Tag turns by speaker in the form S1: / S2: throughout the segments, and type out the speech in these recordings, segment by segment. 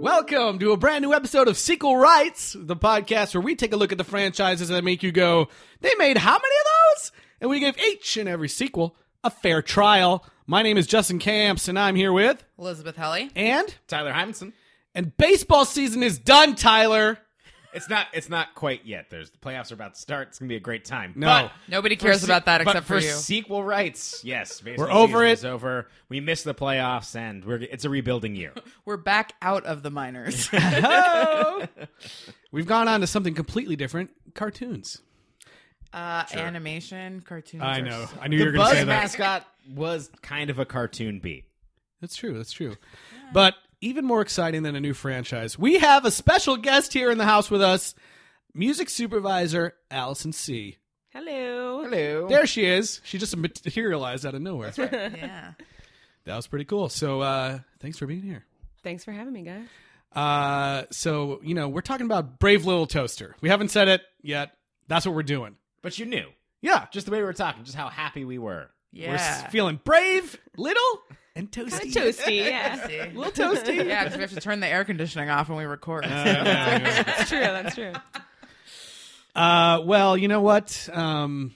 S1: welcome to a brand new episode of Sequel Rights, the podcast where we take a look at the franchises that make you go, they made how many of those? And we give each and every sequel a fair trial. My name is Justin Camps, and I'm here with
S2: Elizabeth Helly.
S1: and
S3: Tyler Hymanson.
S1: and baseball season is done, Tyler.
S3: It's not. It's not quite yet. There's the playoffs are about to start. It's gonna be a great time.
S1: No.
S3: But-
S2: Nobody cares about that
S3: but
S2: except for, you.
S3: sequel rights. Yes, baseball
S1: We're over
S3: season
S1: it.
S3: is over. We missed the playoffs, and we're it's a rebuilding year.
S2: We're back out of the minors.
S1: We've gone on to something completely different: cartoons.
S2: Uh, Animation, cartoons. are so-
S1: I knew
S3: the Buzz mascot was kind of a cartoon beat.
S1: That's true. That's true. But even more exciting than a new franchise, we have a special guest here in the house with us, music supervisor Allison C.
S4: Oh, Hello.
S3: Hello.
S1: There she is. She just materialized out of nowhere.
S2: Yeah.
S1: That was pretty cool. So uh, thanks for being here.
S4: Thanks for having me, guys.
S1: Uh, so you know we're talking about Brave Little Toaster. We haven't said it yet. That's what we're doing.
S3: But you knew
S1: Yeah,
S3: just the way we were talking, just how happy we were.
S1: we're s-
S2: Yeah.
S1: feeling brave, little, and toasty.
S4: Kind of toasty, yeah.
S2: See?
S1: little toasty.
S2: Yeah, because we have to turn the air conditioning off when we record.
S4: That's true. That's true.
S1: Uh, well, you know what? Um,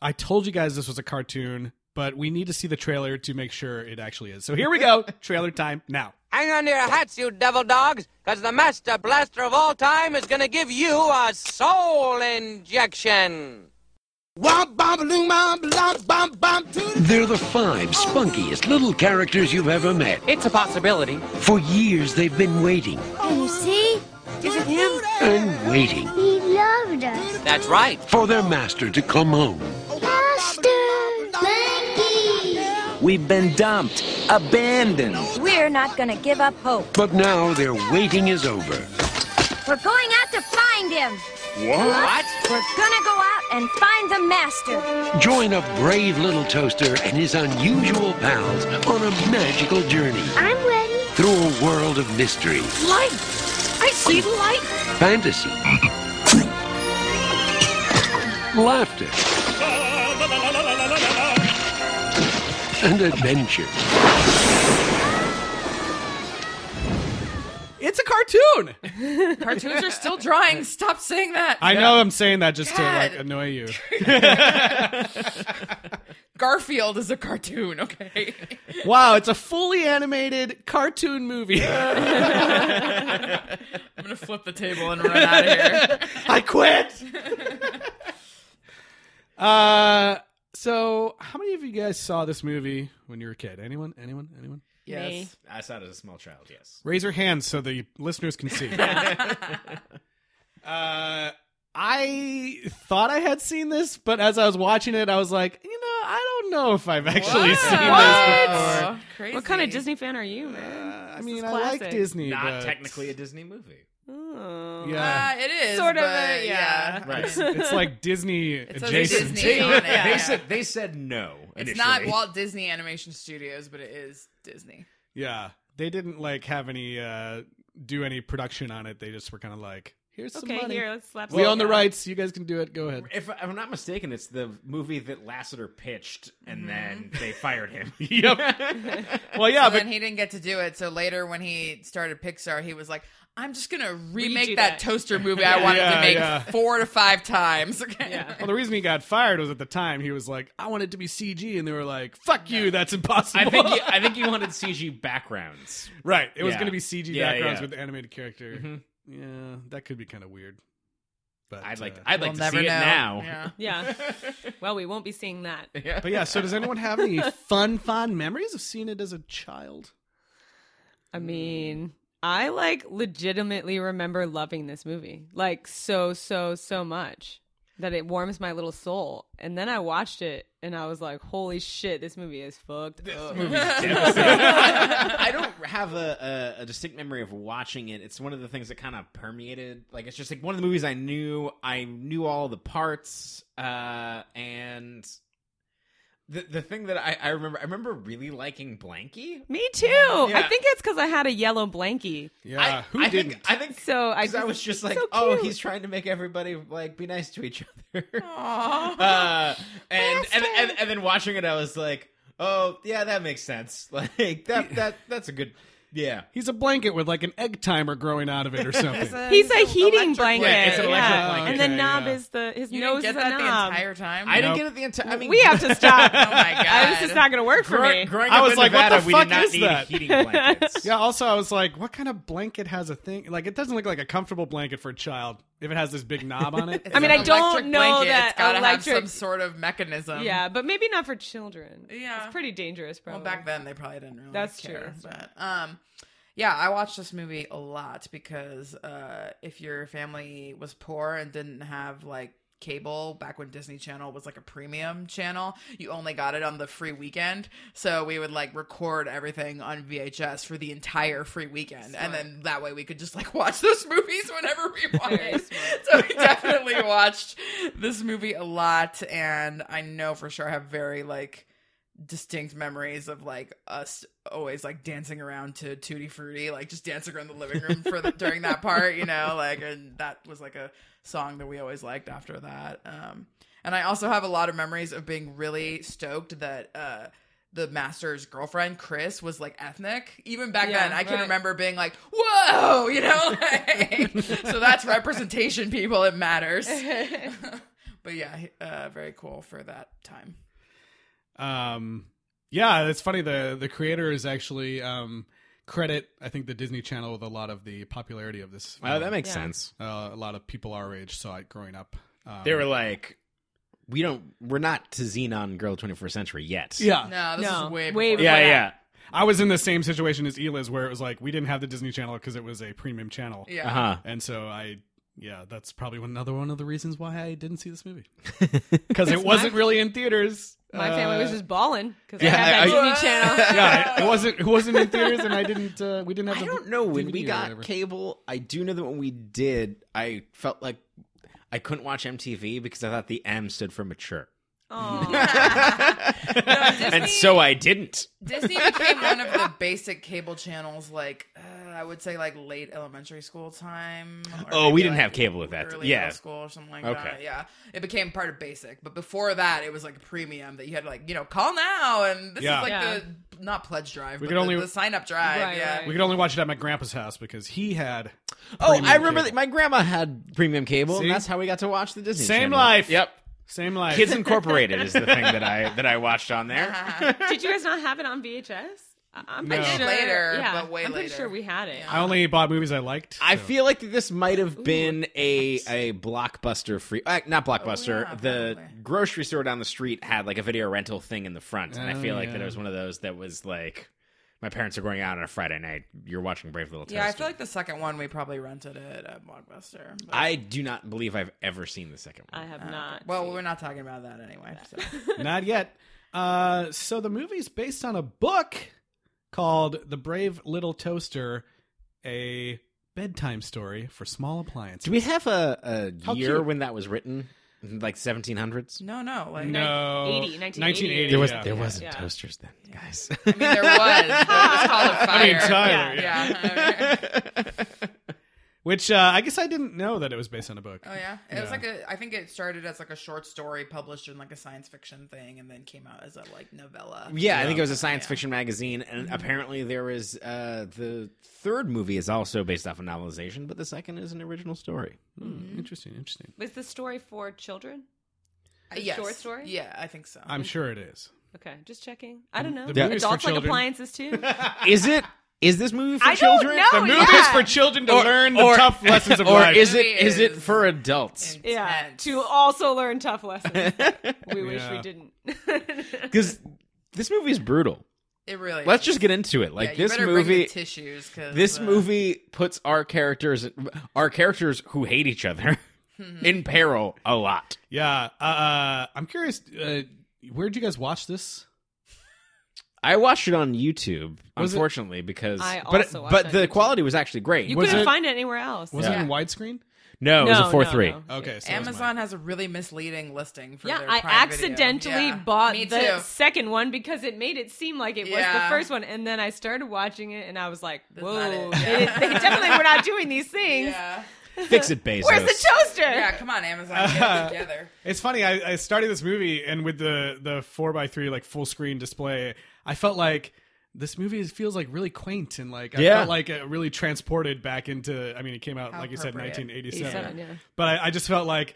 S1: I told you guys this was a cartoon, but we need to see the trailer to make sure it actually is. So here we go. trailer time now.
S5: Hang on to your hats, you devil dogs, because the master blaster of all time is going to give you a soul injection.
S6: Womp bomb loom bomb lomp bomb bomb toot.
S7: They're the five spunkiest little characters you've ever met.
S5: It's a possibility.
S7: For years, they've been waiting
S8: And you see,
S6: Is it him?
S7: and waiting
S8: he loved us.
S5: That's right.
S7: for their master to come home.
S8: Master Monkey!
S9: We've been dumped, abandoned.
S8: We're not gonna give up hope.
S7: But now their waiting is over.
S8: We're going out to find him.
S5: What?
S8: We're gonna go out and find the master.
S7: Join a brave little toaster and his unusual pals on a magical journey
S8: I'm ready.
S7: through a world of mystery,
S8: Light! I see light!
S7: fantasy, laughter, and adventure.
S1: It's a cartoon.
S2: Cartoons are still drawing. Stop saying that.
S1: I know I'm saying that just to
S2: God.
S1: like annoy you.
S2: Garfield is a cartoon, okay?
S1: Wow, it's a fully animated cartoon movie.
S2: I'm going to flip the table and run out of here.
S1: I quit. uh, so how many of you guys saw this movie when you were a kid? Anyone? Anyone? Anyone?
S2: Yes.
S4: Me.
S3: I saw it as a small child. Yes.
S1: Raise your hands so the listeners can see. uh, I thought I had seen this, but as I was watching it, I was like, you know, I don't know if I've actually seen this before.
S2: Wow. Crazy.
S4: What kind of Disney fan are you, man?
S1: Uh, I
S4: This
S1: mean,
S4: is
S1: I like
S4: classic.
S1: Disney,
S3: Not
S1: but
S3: technically a Disney movie.
S4: Oh.
S1: yeah,
S2: Uh, it is.
S4: Sort of a-
S2: but
S4: yeah.
S3: Right.
S1: it's like Disney
S2: says
S1: adjacent.
S2: Disney.
S3: They,
S2: on it,
S3: they
S2: yeah.
S3: said they said no.
S2: It's
S3: initially.
S2: not Walt Disney Animation Studios, but it is Disney.
S1: Yeah, they didn't like have any uh, do any production on it. They just were kind of like, here's some
S4: Okay,
S1: money.
S4: here, let's slap
S1: we
S4: some
S1: own the
S4: down.
S1: rights. You guys can do it. Go ahead.
S3: If, if I'm not mistaken, it's the movie that Lasseter pitched, and then they fired him.
S1: Well, yeah,
S2: So
S1: but
S2: then he didn't get to do it. So later, when he started Pixar, he was like, "I'm just gonna remake
S4: Redo
S2: that,
S4: that."
S2: toaster movie I wanted
S1: Yeah,
S2: to make
S1: yeah.
S2: four to five times." Okay.
S1: Well, the reason he got fired was at the time he was like, I want it to be CG, and they were like, "Fuck you, that's impossible."
S3: I think he, I think he wanted CG backgrounds.
S1: right, it was
S3: Yeah.
S1: going to be CG
S3: Yeah,
S1: backgrounds
S3: yeah. Mm-hmm.
S1: with animated character. Yeah, that could be kind of weird. But
S3: I'd like
S1: uh,
S3: I'd
S2: We'll
S3: like to
S2: never
S3: see it
S2: know.
S3: now.
S2: Yeah.
S4: Yeah. Well, we won't be seeing that.
S1: but yeah, so does anyone have any fun, fond memories of seeing it as a child?
S4: I mean, I like legitimately remember loving this movie like so, so, so much that it warms my little soul. And then I watched it and I was like, holy shit, this movie is fucked. up.
S3: I don't have a, a, a distinct memory of watching it. It's one of the things that kind of permeated. Like it's just like one of the movies I knew. I knew all the parts, uh, and the the thing that I, I remember I remember really liking Blanky.
S4: Me too. I
S3: Yeah.
S4: think it's because I had a yellow blankie.
S1: Yeah,
S3: I,
S1: who
S3: I
S1: didn't?
S3: Think, I think
S4: So I,
S3: 'cause I was just like,
S4: so
S3: oh,
S4: cute.
S3: he's trying to make everybody like be nice to each other. uh, and, and and and then watching it, I was like, oh yeah, that makes sense. Like that that that's a good Yeah.
S1: He's a blanket with like an egg timer growing out of it or something.
S2: Uh,
S4: He's a heating blanket.
S3: Yeah, it's an electric
S4: yeah.
S3: blanket.
S4: And the
S1: Okay,
S4: knob
S1: yeah.
S4: is the his
S2: You
S4: nose
S2: didn't get
S4: is a
S2: that
S4: knob.
S2: the entire time.
S3: I didn't get it the entire. I mean,
S4: we have to stop. Uh,
S2: oh my god!
S4: this is not going to work for
S3: Growing,
S4: me.
S3: growing
S1: I
S3: up
S1: was
S3: in
S1: like, what
S3: Nevada,
S1: the
S3: we
S1: fuck
S3: did not
S1: is
S3: need
S1: that?
S3: heating blankets.
S1: yeah, also I was like, what kind of blanket has a thing? Like, it doesn't look like a comfortable blanket for a child if it has this big knob on it.
S4: I mean,
S2: It's
S4: I
S2: an
S4: don't
S2: electric
S4: know
S2: blanket.
S4: that
S2: it's gotta
S4: electric-
S2: have some sort of mechanism.
S4: Yeah, but maybe not for children.
S2: Yeah.
S4: It's pretty dangerous, probably.
S2: Well, back then they probably didn't really
S4: That's
S2: care.
S4: true.
S2: But um, yeah, I watched this movie a lot because uh, if your family was poor and didn't have like cable back when Disney Channel was like a premium channel, you only got it on the free weekend. So we would like record everything on VHS for the entire free weekend, and then that way we could just like watch those movies whenever we wanted. so we definitely watched this movie a lot, and I know for sure I have very like distinct memories of like us always like dancing around to Tutti Frutti, like just dancing around the living room for the, during that part, you know, like and that was like a song that we always liked after that. Um and I also have a lot of memories of being really stoked that uh the master's girlfriend Chris was like ethnic. Even back
S4: Yeah,
S2: then, I can
S4: right.
S2: remember being like, "Whoa," you know. like- so that's representation, people. It matters. but yeah, uh, very cool for that time.
S1: Um, yeah, it's funny. The the creators actually um, credit I think the Disney Channel with a lot of the popularity of this.
S3: Oh,
S1: film.
S3: that makes
S4: Yeah.
S3: sense.
S1: uh, a lot of people our age saw it growing up. Um,
S3: They were like, we don't. We're not to Xenon Girl 21st Century yet.
S1: yeah.
S2: No, this
S4: No,
S2: is way,
S4: way
S2: before
S4: before
S3: Yeah.
S4: that.
S3: Yeah.
S1: I was in the same situation as Eliz, where it was like we didn't have the Disney Channel because it was a premium channel.
S2: Yeah.
S3: Uh huh.
S1: And so I, yeah, that's probably one- another one of the reasons why I didn't see this movie because it wasn't really in theaters.
S4: My
S1: Uh,
S4: family was just balling because
S3: yeah,
S4: I had that
S3: I-
S4: Disney
S2: I-
S4: Channel.
S1: yeah, it wasn't it wasn't in theaters, and I didn't. Uh, we didn't have.
S3: I
S1: the
S3: don't know when
S1: DVD
S3: we
S1: or
S3: got
S1: whatever.
S3: cable. I do know that when we did, I felt like I couldn't watch MTV because I thought the M stood for mature,
S4: Aw.
S3: and so I didn't.
S2: Disney became one of the basic cable channels, like uh, I would say, like late elementary school time. or
S3: Oh, we
S2: maybe,
S3: didn't have cable at that-
S2: Early
S3: yeah.
S2: middle school or something like
S3: Okay.
S2: that. Yeah, it became part of basic, but before that, it was like a premium that you had to like you know call now, and this
S1: Yeah.
S2: is like
S4: Yeah.
S2: the not pledge drive,
S1: We
S2: but
S1: could
S2: the,
S1: only-
S2: the sign up drive.
S4: Right,
S2: yeah,
S4: right.
S1: We could only watch it at my grandpa's house because he had.
S3: Oh,
S1: premium
S3: I remember
S1: cable.
S3: that my grandma had premium cable,
S1: See?
S3: and that's how we got to watch the Disney.
S1: Same
S3: Channel.
S1: life.
S3: Yep.
S1: Same life.
S3: Kids Incorporated is the thing that I that I watched on there.
S4: Did you guys not have it on VHS? I- I'm pretty
S1: No. I did
S4: sure.
S2: later,
S4: yeah,
S2: but way
S4: I'm pretty
S2: later.
S4: sure we had it.
S1: I only bought movies I liked.
S3: I
S1: so.
S3: feel like that this might have been a a blockbuster free, uh, not blockbuster.
S2: Oh, yeah,
S3: the
S2: probably.
S3: grocery store down the street had like a video rental thing in the front, and I
S1: Oh,
S3: feel like that
S1: yeah.
S3: it was one of those that was like, my parents are going out on a Friday night. You're watching Brave Little
S2: yeah. I
S3: Toaster.
S2: feel like the second one we probably rented it at Blockbuster. but-
S3: I do not believe I've ever seen the second one.
S4: I have not.
S2: Uh, well, we're not talking about that anyway. So.
S1: Not yet. Uh, so the movie's based on a book called The Brave Little Toaster, a bedtime story for small appliances.
S3: Do we have a, a
S1: How
S3: year
S1: cute.
S3: when that was written? Like 1700s?
S2: No, no, like
S1: No.
S4: 80, 1980.
S1: 1980.
S4: There
S3: There was
S1: yeah.
S3: there wasn't
S4: Yeah.
S3: toasters then, guys.
S2: I mean, there was. but it was called a fire.
S1: I mean, Tyler.
S4: Yeah.
S1: Yeah.
S2: yeah.
S1: Which uh, I guess I didn't know that it was based on a book.
S2: Oh yeah, it was
S1: Yeah.
S2: like a. I think it started as like a short story published in like a science fiction thing, and then came out as a like novella.
S3: Yeah, I think it was a science fiction magazine, and apparently there was uh, the third movie is also based off a novelization, but the second is an original story. mm-hmm.
S1: Hmm, interesting, interesting.
S4: Was the story for children?
S2: A yes.
S4: short story?
S2: Yeah, I think so.
S1: I'm sure it is.
S4: Okay, just checking. I don't know.
S1: the movie's for
S4: Adults like
S1: children.
S4: appliances too.
S3: Is it? Is this movie for
S4: I don't
S3: children?
S4: know, The
S2: Oh,
S1: Movies
S4: movie Yeah.
S1: for children to
S3: Or-
S1: learn the
S3: or-
S1: tough lessons of
S3: or
S1: life.
S3: is it?
S2: Movie
S3: Is it
S2: is-
S3: for adults?
S4: yeah,
S2: Intense.
S4: to also learn tough lessons. we wish
S1: Yeah.
S4: we didn't.
S3: Because this movie is brutal.
S2: It really.
S3: Let's
S2: is.
S3: just get into it.
S2: Yeah,
S3: Like
S2: you
S3: this
S2: better bring the
S3: movie.
S2: tissues. 'cause,
S3: This
S2: uh,
S3: movie puts our characters, our characters who hate each other, in peril a lot.
S1: Yeah. Uh, I'm curious. Uh, where'd you guys watch this?
S3: I watched it on YouTube,
S1: Was it-
S3: unfortunately, because
S4: I
S3: but
S4: also watched it
S3: but
S4: on
S3: the
S4: YouTube.
S3: quality was actually great.
S4: You
S1: Was
S4: couldn't
S1: it-
S4: find it anywhere else.
S1: Was
S2: Yeah.
S1: it in widescreen?
S3: no, it was a
S4: No,
S3: four
S4: no,
S3: three.
S4: no.
S1: Okay. So it was mine.
S2: Amazon has a really misleading listing Oh, for
S4: Yeah,
S2: their
S4: I
S2: Prime
S4: accidentally
S2: video. Yeah.
S4: bought
S2: Me
S4: the
S2: too.
S4: second one because it made it seem like it was the
S2: Yeah.
S4: first one, and then I started watching it, and I was like,
S2: not
S4: "Whoa,
S2: it.
S4: they,
S2: Yeah.
S4: they definitely were not doing these things."
S2: Yeah,
S3: Fix it, Bezos.
S4: Where's the toaster?
S2: yeah. Come on, Amazon, get it together.
S1: It's funny. I, I started this movie, and with the the four by three like full screen display, I felt like this movie is, feels like really quaint and like I
S3: Yeah.
S1: felt like uh, really transported back into. I mean, it came out
S2: How
S1: like you said,
S2: appropriate.
S1: 1987.
S4: 87, yeah.
S1: But I, I just felt like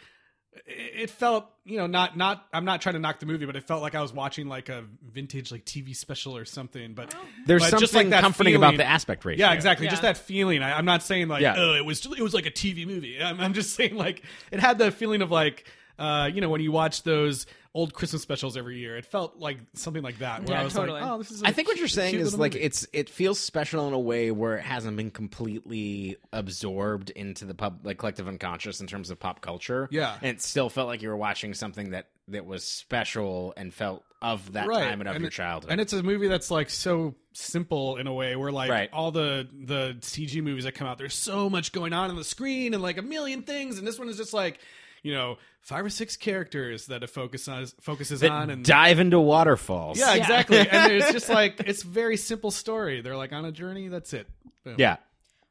S1: it- it felt you know not not I'm not trying to knock the movie, but it felt like I was watching like a vintage like TV special or something. But
S2: Oh.
S3: There's
S1: but
S3: something
S1: just like that
S3: comforting
S1: feeling-
S3: about the aspect ratio.
S1: Yeah, exactly. Just
S4: Yeah.
S1: that feeling. I, I'm not saying like
S3: Yeah.
S1: oh, it was it was like a TV movie. I'm, I'm just saying like it had the feeling of like uh, you know when you watch those old Christmas specials every year. It felt like something like that. Where
S4: Yeah,
S1: I was
S4: totally.
S1: like, oh, this is.
S3: I
S1: a
S3: think what
S1: cute-
S3: you're saying
S1: cute
S3: is
S1: little
S3: like
S1: movie.
S3: it's it feels special in a way where it hasn't been completely absorbed into the pub like collective unconscious in terms of pop culture.
S1: Yeah.
S3: and it still felt like you were watching something that that was special and felt of that time and of your
S1: it-
S3: childhood.
S1: And it's a movie that's like so simple in a way where like
S3: Right.
S1: all the the CG movies that come out, there's so much going on on the screen and like a million things, and this one is just like you know five or six characters that it focuses focuses
S3: that
S1: on and.
S3: dive into waterfalls.
S1: yeah, exactly. and it's just like it's very simple story. They're like on a journey. That's it. Boom.
S3: yeah.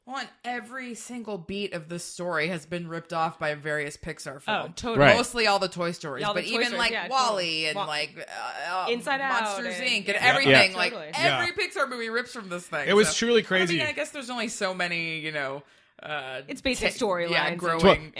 S2: Well, and every single beat of this story has been ripped off by various Pixar films.
S4: Oh, totally.
S3: Right.
S2: Mostly all the Toy Stories,
S4: Yeah, all the
S2: but
S4: Toy
S2: even
S4: Stories,
S2: like
S4: yeah,
S2: Wally
S4: totally.
S2: and
S4: Wa-
S2: like uh, uh,
S4: Inside Out
S2: Monsters
S4: and-
S2: Inc. and
S4: Yeah.
S2: everything.
S4: Yeah.
S2: Like
S4: Totally.
S2: every Pixar movie rips from this thing.
S1: It was
S2: so-
S1: truly
S2: I,
S1: crazy.
S2: mean, I guess there's only so many, you know. Uh,
S4: It's basic
S2: ta-
S4: storylines
S2: Yeah,
S4: and-
S2: growing
S3: Tw-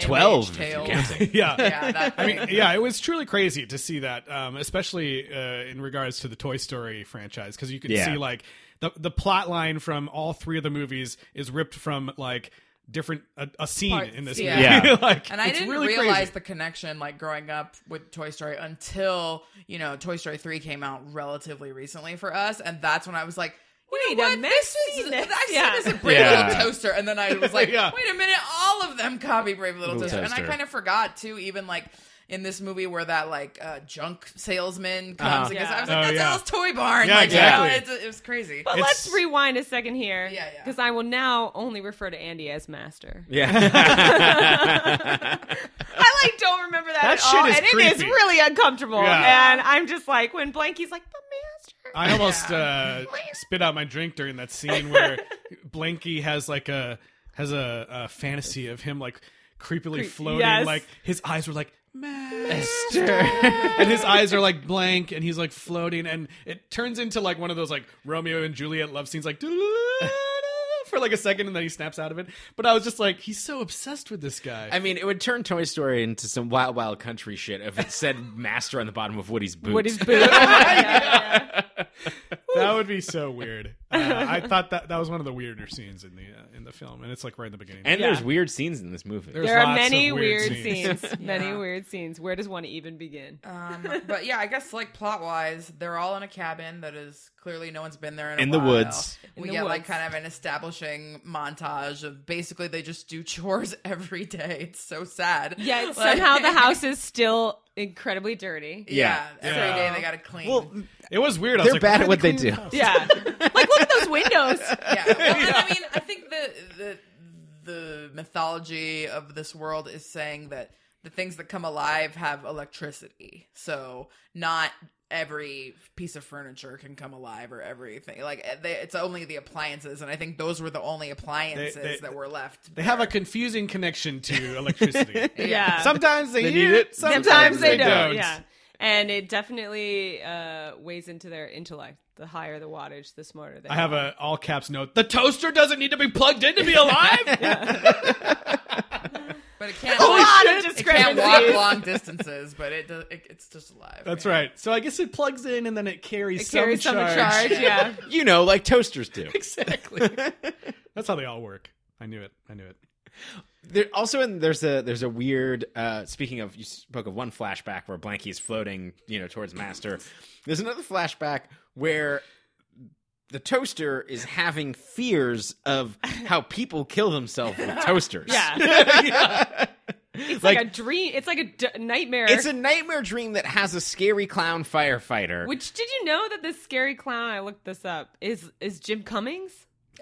S2: teenage
S3: 12 if you're
S2: tales.
S3: counting.
S1: yeah.
S2: yeah, that
S1: I mean, yeah, it was truly crazy to see that, um, especially uh, in regards to the Toy Story franchise, because you can
S3: Yeah.
S1: see like the the plot line from all three of the movies is ripped from like different a, a scene
S4: Parts,
S1: in this
S2: yeah.
S1: movie.
S3: Yeah.
S1: like,
S2: And I
S1: it's
S2: didn't
S1: really
S2: realize
S1: crazy.
S2: the connection, like growing up with Toy Story, until you know Toy Story three came out relatively recently for us, and that's when I was like, you
S4: Wait
S2: know
S4: a
S2: what?
S4: minute,
S2: This
S4: I've
S2: is
S4: seen this.
S2: I've seen
S4: Yeah.
S2: this in Brave
S3: Yeah.
S2: Little Toaster, and then I was like,
S1: Yeah.
S2: wait a minute, all of them copy Brave Little,
S3: Little
S2: Toaster. and I
S3: Toaster.
S2: kind of forgot too, even like. In this movie, where that like uh, junk salesman comes, and gets- I was like,
S1: Yeah. Oh,
S2: "That's
S1: yeah.
S2: Al's toy barn."
S1: Yeah,
S2: like,
S1: exactly.
S2: You know, it's- it was crazy.
S4: But
S1: It's-
S4: let's rewind a second here.
S2: Yeah, yeah.
S4: Because I will now only refer to Andy as master.
S3: Yeah.
S4: I like don't remember that,
S1: That
S4: at
S1: shit
S4: all,
S1: is
S4: and it is
S1: creepy.
S4: really uncomfortable.
S1: Yeah.
S4: And I'm just like when Blanky's like the master.
S1: I almost uh, spit out my drink during that scene where Blanky has like a has a, a fantasy of him like creepily floating,
S4: yes.
S1: like his eyes were like. Master. and his eyes are like blank, and he's like floating, and it turns into like one of those like Romeo and Juliet love scenes, like for like a second, and then he snaps out of it. But I was just like, he's so obsessed with this guy.
S3: I mean, it would turn Toy Story into some wild, wild country shit if it said "master" on the bottom of Woody's boot.
S4: Woody's boot. Yeah,
S1: that would be so weird. Uh, I thought that that was one of the weirder scenes in the uh, in the film, and it's like right in the beginning.
S3: and
S4: Yeah.
S3: there's weird scenes in this movie.
S1: There's
S4: There are
S1: lots of
S4: many weird, scenes.
S2: Yeah.
S4: Many weird scenes. Where does one even begin?
S2: Um, but yeah, I guess like plot wise, they're all in a cabin that is clearly no one's been there in, a
S3: In the
S2: while.
S3: woods.
S2: We
S4: In the
S2: get like
S4: woods.
S2: kind of an establishing montage of basically they just do chores every day. It's so sad.
S4: Yet
S2: Like-
S4: somehow the house is still incredibly dirty.
S2: Yeah,
S3: Yeah.
S2: every
S1: Yeah.
S2: day they gotta clean.
S1: It was weird. I was
S3: They're
S1: like,
S3: bad
S1: why
S3: at
S1: are
S3: what they
S1: cleaning
S3: do.
S1: the house?
S4: Yeah. like look at those windows.
S2: yeah. Well, and I mean, I think the the the mythology of this world is saying that the things that come alive have electricity. So not every piece of furniture can come alive or everything. Like eh, they, it's only the appliances, and I think those were the only appliances
S1: They- they-
S2: that were left.
S1: They have a confusing connection to electricity.
S4: Yeah.
S1: Sometimes they,
S3: They
S1: need
S3: need
S1: it.
S3: it,
S1: Sometimes,
S4: Sometimes
S1: they,
S4: they, don't.
S1: don't.
S4: Yeah. And it definitely uh, weighs into their intellect. The higher the wattage, the smarter they
S1: I have
S4: are.
S1: a all caps note. The toaster doesn't need to be plugged in to be alive.
S2: but it can't.
S1: Oh,
S4: a lot
S2: like,
S4: of
S2: it can't walk
S4: discrepancies.
S2: long distances, but it, does, it it's just alive.
S1: That's
S2: yeah.
S1: right. So I guess it plugs in and then it carries
S4: It carries
S1: some
S4: some
S1: charge.
S4: charge. Yeah.
S3: you know, like toasters do.
S1: exactly. That's how they all work. I knew it. I knew it.
S3: There, also, in, there's a there's a weird. Uh, speaking of, you spoke of one flashback where Blanky is floating, you know, towards Master. There's another flashback where the toaster is having fears of how people kill themselves with toasters.
S4: Yeah. It's like,
S3: Like-
S4: a dream. It's like a d- nightmare.
S3: It's a nightmare dream that has a scary clown firefighter.
S4: Which did you know that this scary clown? I looked this up. Is is Jim Cummings?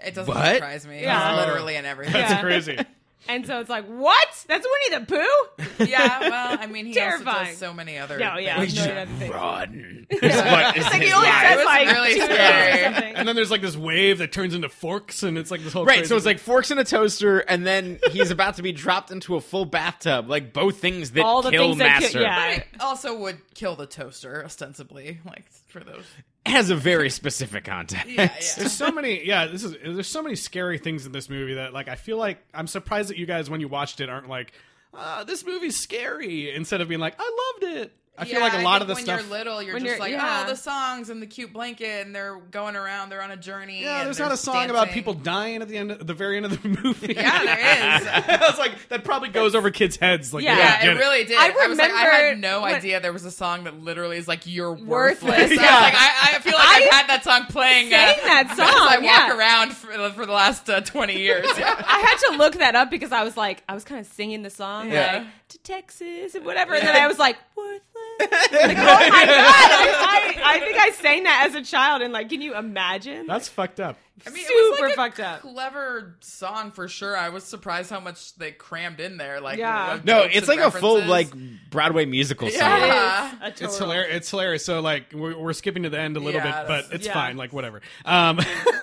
S2: It doesn't
S3: What?
S2: surprise me.
S4: Yeah.
S2: It's literally in everything.
S1: That's
S4: Yeah.
S1: crazy.
S4: And so it's like, what? That's Winnie the Pooh?
S2: yeah. Well, I mean, he also
S4: Terrifying.
S2: does so many other.
S4: No, yeah,
S2: things.
S4: no, that's the thing.
S3: Run.
S4: It's like he only
S2: Yeah, it
S4: says
S2: was
S4: like
S2: really
S4: two words
S2: scary.
S4: or something.
S1: And then there's like this wave that turns into forks, and it's like this whole
S3: Right,
S1: crazy-
S3: so it's like forks in a toaster, and then he's about to be dropped into a full bathtub. Like both things that
S4: All the
S3: kill
S4: things that
S3: Master.
S4: kill- yeah.
S2: It also would kill the toaster ostensibly like for those
S3: has a very specific context.
S2: Yeah, yeah.
S1: There's so many, yeah. This is there's so many scary things in this movie that like I feel like I'm surprised that you guys when you watched it aren't like, ah, this movie's scary. Instead of being like, I loved it. I feel
S2: Yeah,
S1: like a lot
S2: think
S1: of the
S2: when
S1: stuff.
S2: you're little, you're
S4: When
S2: just
S4: you're-
S2: like,
S4: yeah.
S2: oh, the songs and the cute blanket, and they're going around, they're on a journey.
S1: yeah,
S2: and
S1: there's
S2: they're
S1: not a song about
S2: dancing.
S1: people dying at the end, of, the very end of the movie.
S2: Yeah, there is.
S1: I was like, that probably goes over kids' heads. Like,
S4: Yeah,
S1: they don't
S2: Yeah,
S1: get
S2: it really did.
S4: I
S2: I, was like, I had
S4: remembered
S2: no
S4: when-
S2: idea there was a song that literally is like "You're worthless."
S4: Worthless.
S2: I
S1: Yeah.
S2: was like, I, I feel like I, have
S4: I-
S2: had that song playing. uh,
S4: Sang that
S2: as
S4: song,
S2: I
S4: yeah.
S2: walk around for, for the last uh, twenty years. Yeah.
S4: I had to look that up because I was like, I was kind of singing the song
S2: Yeah.
S4: like to Texas and whatever, and then I was like, worthless. Like, oh my god! I, I, I think I sang that as a child, and like, can you imagine?
S1: That's fucked up.
S2: I mean, it
S4: Super
S2: was like
S4: fucked
S2: a
S4: up.
S2: Clever song for sure. I was surprised how much they crammed in there. Like,
S4: Yeah.
S2: what
S3: No,
S2: jokes
S3: it's
S2: and
S3: like a full
S2: references.
S3: like Broadway musical song.
S4: It is
S2: Yeah.
S4: a
S1: It's
S4: total-
S1: hilarious. It's hilarious. So like we're, we're skipping to the end a little
S2: Yeah,
S1: bit, but
S2: that's-
S1: it's
S4: yeah.
S1: fine. Like whatever. Um,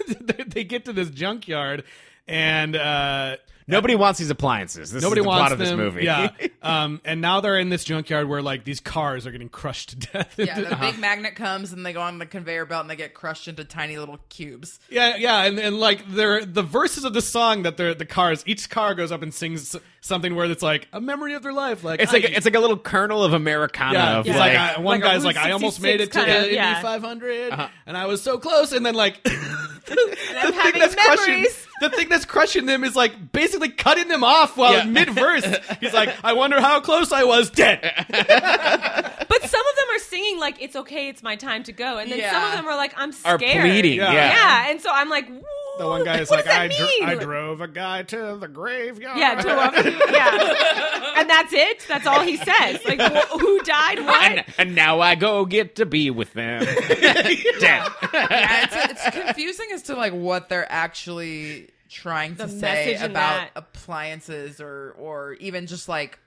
S1: they, they get to this junkyard, and uh,
S3: Nobody wants these appliances. This
S1: nobody
S3: is the
S1: wants
S3: plot of this
S1: them.
S3: movie.
S1: Yeah. um, and now they're in this junkyard where like these cars are getting crushed to death. Uh-huh.
S2: Yeah, the big magnet comes and they go on the conveyor belt and they get crushed into tiny little cubes.
S1: yeah, yeah, and, and like they're the verses of the song that they're the cars. Each car goes up and sings something where it's like a memory of their life. Like
S3: It's
S1: I
S3: like it's like a little kernel of Americana.
S1: Yeah,
S3: of
S1: he's
S3: like, Uh-huh.
S1: like, I, one
S4: like a
S1: guy's
S4: Route
S1: like, I almost
S4: 66
S1: made it to
S4: kind of-
S1: the
S4: yeah.
S1: Indy 500, and I was so close, and then like. The,
S4: I'm
S1: thing
S4: having
S1: that's crushing,
S4: memories.
S1: the thing that's crushing them is like basically cutting them off while
S3: Yeah.
S1: mid verse. He's like, I wonder how close I was. Dead.
S4: But some of them are singing like it's okay, it's my time to go, and then some
S2: Yeah.
S4: of them are like I'm
S3: are
S4: scared.
S3: bleeding.
S1: Yeah.
S3: Yeah.
S4: Yeah, and so I'm like,
S1: The one guy is
S4: what
S1: like,
S4: does that
S1: I, dro-
S4: mean?
S1: I drove a guy to the graveyard.
S4: Yeah, to love you. Yeah, and that's it. That's all he says. Like, wh- who died?
S3: And,
S4: What?
S3: and now I go get to be with them. Damn.
S2: Yeah, it's, it's confusing as to like what they're actually trying to
S4: The
S2: say
S4: message in
S2: about
S4: that.
S2: appliances or or even just like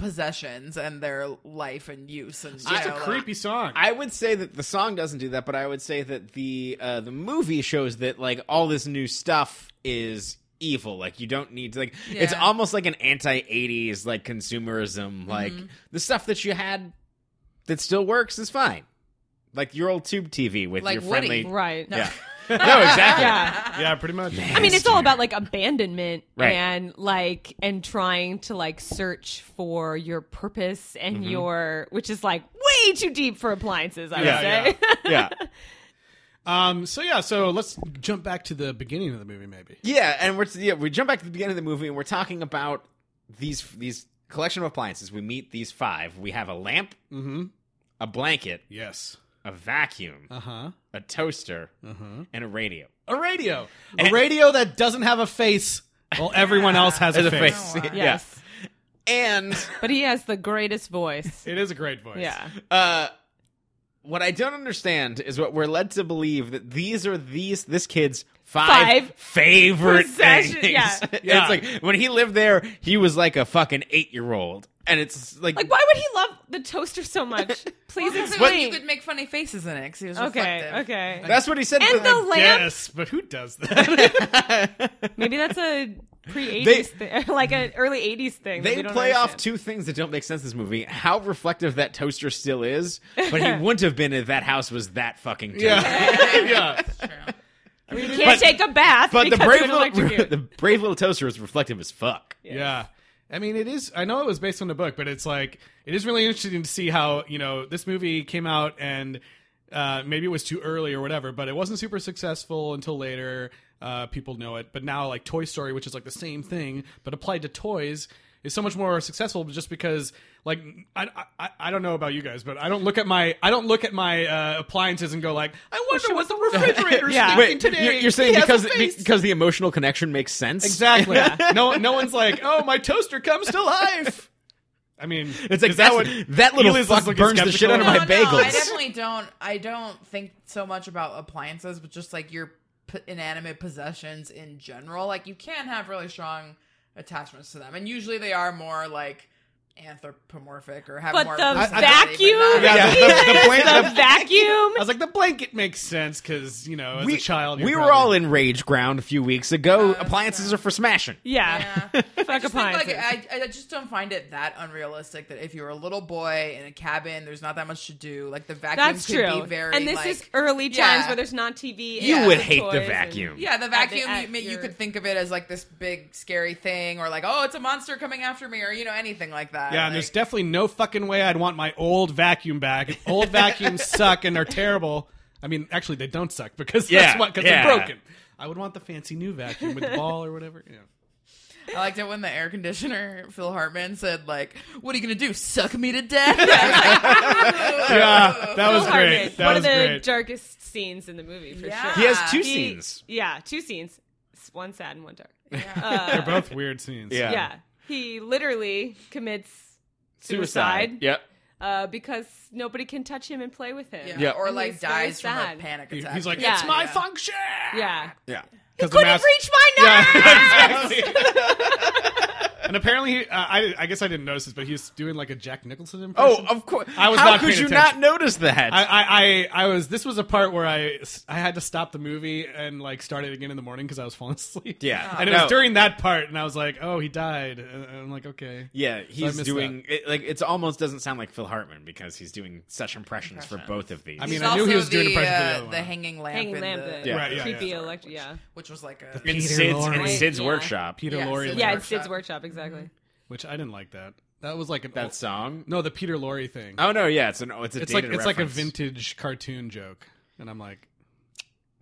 S2: possessions and their life and use and you
S1: It's a
S2: know, like-
S1: creepy song.
S3: I would say that the song doesn't do that, but I would say that the uh, the movie shows that like all this new stuff is evil. Like you don't need to like it's
S2: Yeah.
S3: almost like an anti '80s like
S4: Mm-hmm.
S3: consumerism. Like the stuff that you had that still works is fine. Like your old tube TV with
S2: Like
S3: your
S2: Woody.
S3: friendly.
S4: Right.
S3: Yeah. no, exactly.
S4: Yeah.
S1: yeah, pretty much.
S4: I mean, it's all about like abandonment
S3: Right.
S4: and like and trying to like search for your purpose and
S3: Mm-hmm.
S4: your, which is like way too deep for appliances. I
S1: Yeah,
S4: would say.
S3: Yeah.
S1: Um, so yeah, so let's jump back to the beginning of the movie, maybe.
S3: Yeah, and we're yeah, we jump back to the beginning of the movie and we're talking about these these collection of appliances. We meet these five. We have a lamp,
S1: Mhm.
S3: a blanket,
S1: Yes.
S3: a vacuum,
S1: Uh
S4: Uh-huh.
S1: huh.
S3: a toaster, and a radio.
S1: A radio. A radio that doesn't have a face. Well, everyone else has a, face.
S2: wow.
S4: yes,
S3: And
S4: but he has the greatest voice.
S1: It is a great voice.
S4: Yeah.
S3: uh what I don't understand is what we're led to believe that these are these this kid's five,
S4: Five
S3: favorite
S4: possession-
S3: things.
S4: yeah.
S1: Yeah.
S3: It's like when he lived there, he was like a fucking eight year old. And it's like,
S4: Like, why would he love the toaster so much? Please
S2: So
S4: explain.
S2: you could make funny faces in it 'cause he was
S4: okay,
S2: reflective.
S4: okay.
S3: that's what he said.
S4: and the lamp.
S1: Yes, but who does that?
S4: Maybe that's a pre
S3: They-
S4: '80s thing, like an early '80s thing. that
S3: They
S4: we don't
S3: play off
S4: understand.
S3: two things that don't make sense in this movie. How reflective that toaster still is, but he wouldn't have been if that house was that fucking dirty.
S1: yeah. yeah.
S4: You can't take a bath.
S3: But the
S4: because
S3: brave
S4: it would
S3: little
S4: electrocute.
S3: the brave little toaster is reflective as fuck.
S1: Yeah. I mean, it is. I know it was based on the book, but it's like it is really interesting to see how you know this movie came out, and uh, maybe it was too early or whatever, but it wasn't super successful until later. Uh, people know it, but now like Toy Story, which is like the same thing but applied to toys, is so much more successful just because like I, I, I don't know about you guys, but I don't look at my I don't look at my uh, appliances and go like I wonder what the refrigerator
S4: Yeah.
S1: yeah.
S3: Wait,
S1: today.
S3: you're, you're saying
S1: He has a
S3: because
S1: face."
S3: because the emotional connection makes sense?
S1: Exactly. no, no one's like, oh, my toaster comes to life. I mean,
S3: It's like
S1: is that
S3: that's-
S1: what
S3: that little
S1: Eli's
S3: fuck
S1: just looking
S3: burns the shit
S1: skeptical?
S3: out of my
S2: no, No, I
S3: bagels.
S2: definitely don't. I don't think so much about appliances, but just like your p- inanimate possessions in general. Like you can have really strong attachments to them, and usually they are more like anthropomorphic or have
S4: But
S2: more.
S4: the
S2: personality,
S4: vacuum,
S2: but not-
S1: Yeah,
S4: he
S1: the- the
S4: thinks
S1: blank-
S4: the,
S1: the-
S4: vacuum.
S1: I was like, the blanket makes sense because you know, as
S3: We,
S1: a child,
S3: we were all in rage ground a few weeks ago. Appliances are for smashing.
S4: Yeah,
S2: Yeah.
S4: fucking Truck
S2: just think, like
S4: appliances.
S2: I, I just don't find it that unrealistic that if you're a little boy in a cabin, there's not that much to do. Like the vacuum
S4: That's
S2: could
S4: true.
S2: be very
S4: and this
S2: like,
S4: is early times
S2: Yeah.
S4: where there's not TV.
S3: You
S4: and
S3: would
S4: toys
S3: hate the
S4: and-
S3: vacuum.
S2: Yeah, the
S4: At the-
S2: vacuum.
S4: at
S2: you, you
S4: your-
S2: could think of it as like this big scary thing, or like, oh, it's a monster coming after me, or you know, anything like that.
S1: Yeah,
S2: like,
S1: and there's definitely no fucking way I'd want my old vacuum back. Old vacuums suck and are terrible. I mean, actually, they don't suck because
S3: Yeah,
S1: that's what because
S3: yeah.
S1: they're broken. I would want the fancy new vacuum with the ball or whatever. Yeah.
S2: I liked it when the air conditioner Phil Hartman said, "Like, what are you gonna do? Suck me to death?" yeah,
S1: that was
S4: Phil Hartman,
S1: great. That
S4: One
S1: was
S4: of the
S1: great.
S4: darkest scenes in the movie for
S2: Yeah.
S4: sure.
S3: He has two
S4: He-
S3: scenes.
S4: Yeah, two scenes. S- One sad and one dark. Yeah.
S1: They're both weird scenes.
S3: Yeah.
S4: He literally commits
S3: Suicide.
S4: suicide,
S3: Yep.
S4: uh, because nobody can touch him and play with him.
S2: Yeah.
S3: Yeah.
S2: Or
S4: And
S2: like
S4: it's very
S2: dies from a
S4: sad.
S2: panic
S1: He-
S2: attack.
S1: He's like,
S4: Yeah.
S1: it's my
S2: Yeah.
S1: function.
S4: Yeah.
S3: Yeah.
S1: Because
S4: Couldn't reach my knife!
S1: And apparently, he, uh, I I guess I didn't notice this, but he's doing like a Jack Nicholson
S3: Oh,
S1: impression.
S3: of course.
S1: I was
S3: How
S1: not
S3: could
S1: paying
S3: you
S1: attention.
S3: not notice that?
S1: I, I, I, I was. This was a part where I, I had to stop the movie and like start it again in the morning because I was falling asleep.
S3: Yeah. Oh.
S1: and it was
S3: No.
S1: during that part, and I was like, oh, he died. And I'm like, okay.
S3: yeah, he's
S1: missed
S3: doing it, like it's almost doesn't sound like Phil Hartman because he's doing such impressions, for both of these.
S1: I mean,
S2: He's
S1: I knew he
S2: also
S1: was doing
S2: the,
S1: impressions for the other
S2: uh,
S1: one.
S2: the hanging lamp,
S4: Hanging
S2: in
S4: lamp,
S2: the,
S4: the
S1: Yeah. Right, yeah,
S4: creepy
S1: yeah.
S4: electric. Yeah.
S2: which was like a
S3: in
S1: Peter
S3: Sid's, in
S1: Lorre.
S3: Sid's
S4: Yeah.
S3: workshop.
S1: Peter
S2: Yeah,
S1: Lorre,
S2: Sid's
S4: Yeah,
S1: lyric,
S4: it's Sid's
S2: Workshop.
S4: workshop, exactly.
S1: which I didn't like that. That was like an
S3: That
S1: old-
S3: song.
S1: No, the Peter Lorre thing.
S3: Oh no, yeah, it's an oh, it's a
S1: it's like
S3: dated
S1: it's like a
S3: reference.
S1: vintage cartoon joke, and I'm like,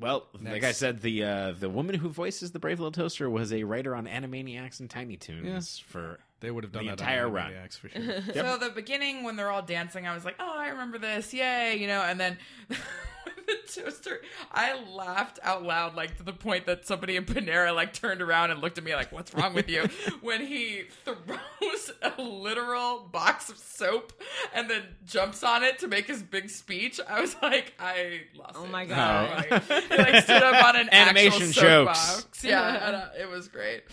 S3: Well, like
S1: Next.
S3: I said, the uh, the woman who voices the brave little toaster was a writer on Animaniacs and Tiny Toons for
S1: they would have done
S3: The
S1: that
S3: entire
S1: on
S3: run.
S1: Animaniacs for sure.
S2: So the beginning when they're all dancing, I was like, "Oh, I remember this, yay!" You know, and then the toaster, I laughed out loud, like to the point that somebody in Panera like turned around and looked at me like, "What's wrong with you?" when he throws a literal box of soap and then jumps on it to make his big speech, I was like, "I lost."
S4: Oh
S2: it.
S4: my
S2: So,
S4: God.
S2: Like, he, like stood up on an
S3: Animation
S2: actual
S3: jokes.
S2: soapbox. Yeah, and, uh, it was great.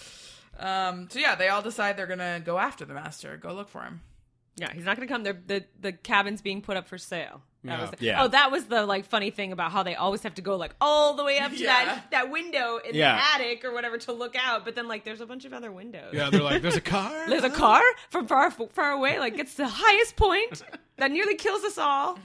S2: Um, so yeah, they all decide they're gonna go after the master, go look for him.
S4: Yeah, he's not going to come. They're, the the cabin's being put up for sale. That
S1: Yeah.
S4: was the-
S3: Yeah.
S4: Oh, that was the like funny thing about how they always have to go like all the way up to
S2: Yeah.
S4: that that window in
S3: Yeah.
S4: the attic or whatever to look out, but then like there's a bunch of other windows.
S1: yeah, they're like, there's a car.
S4: There's a car from far far away, like gets to the highest point that nearly kills us all.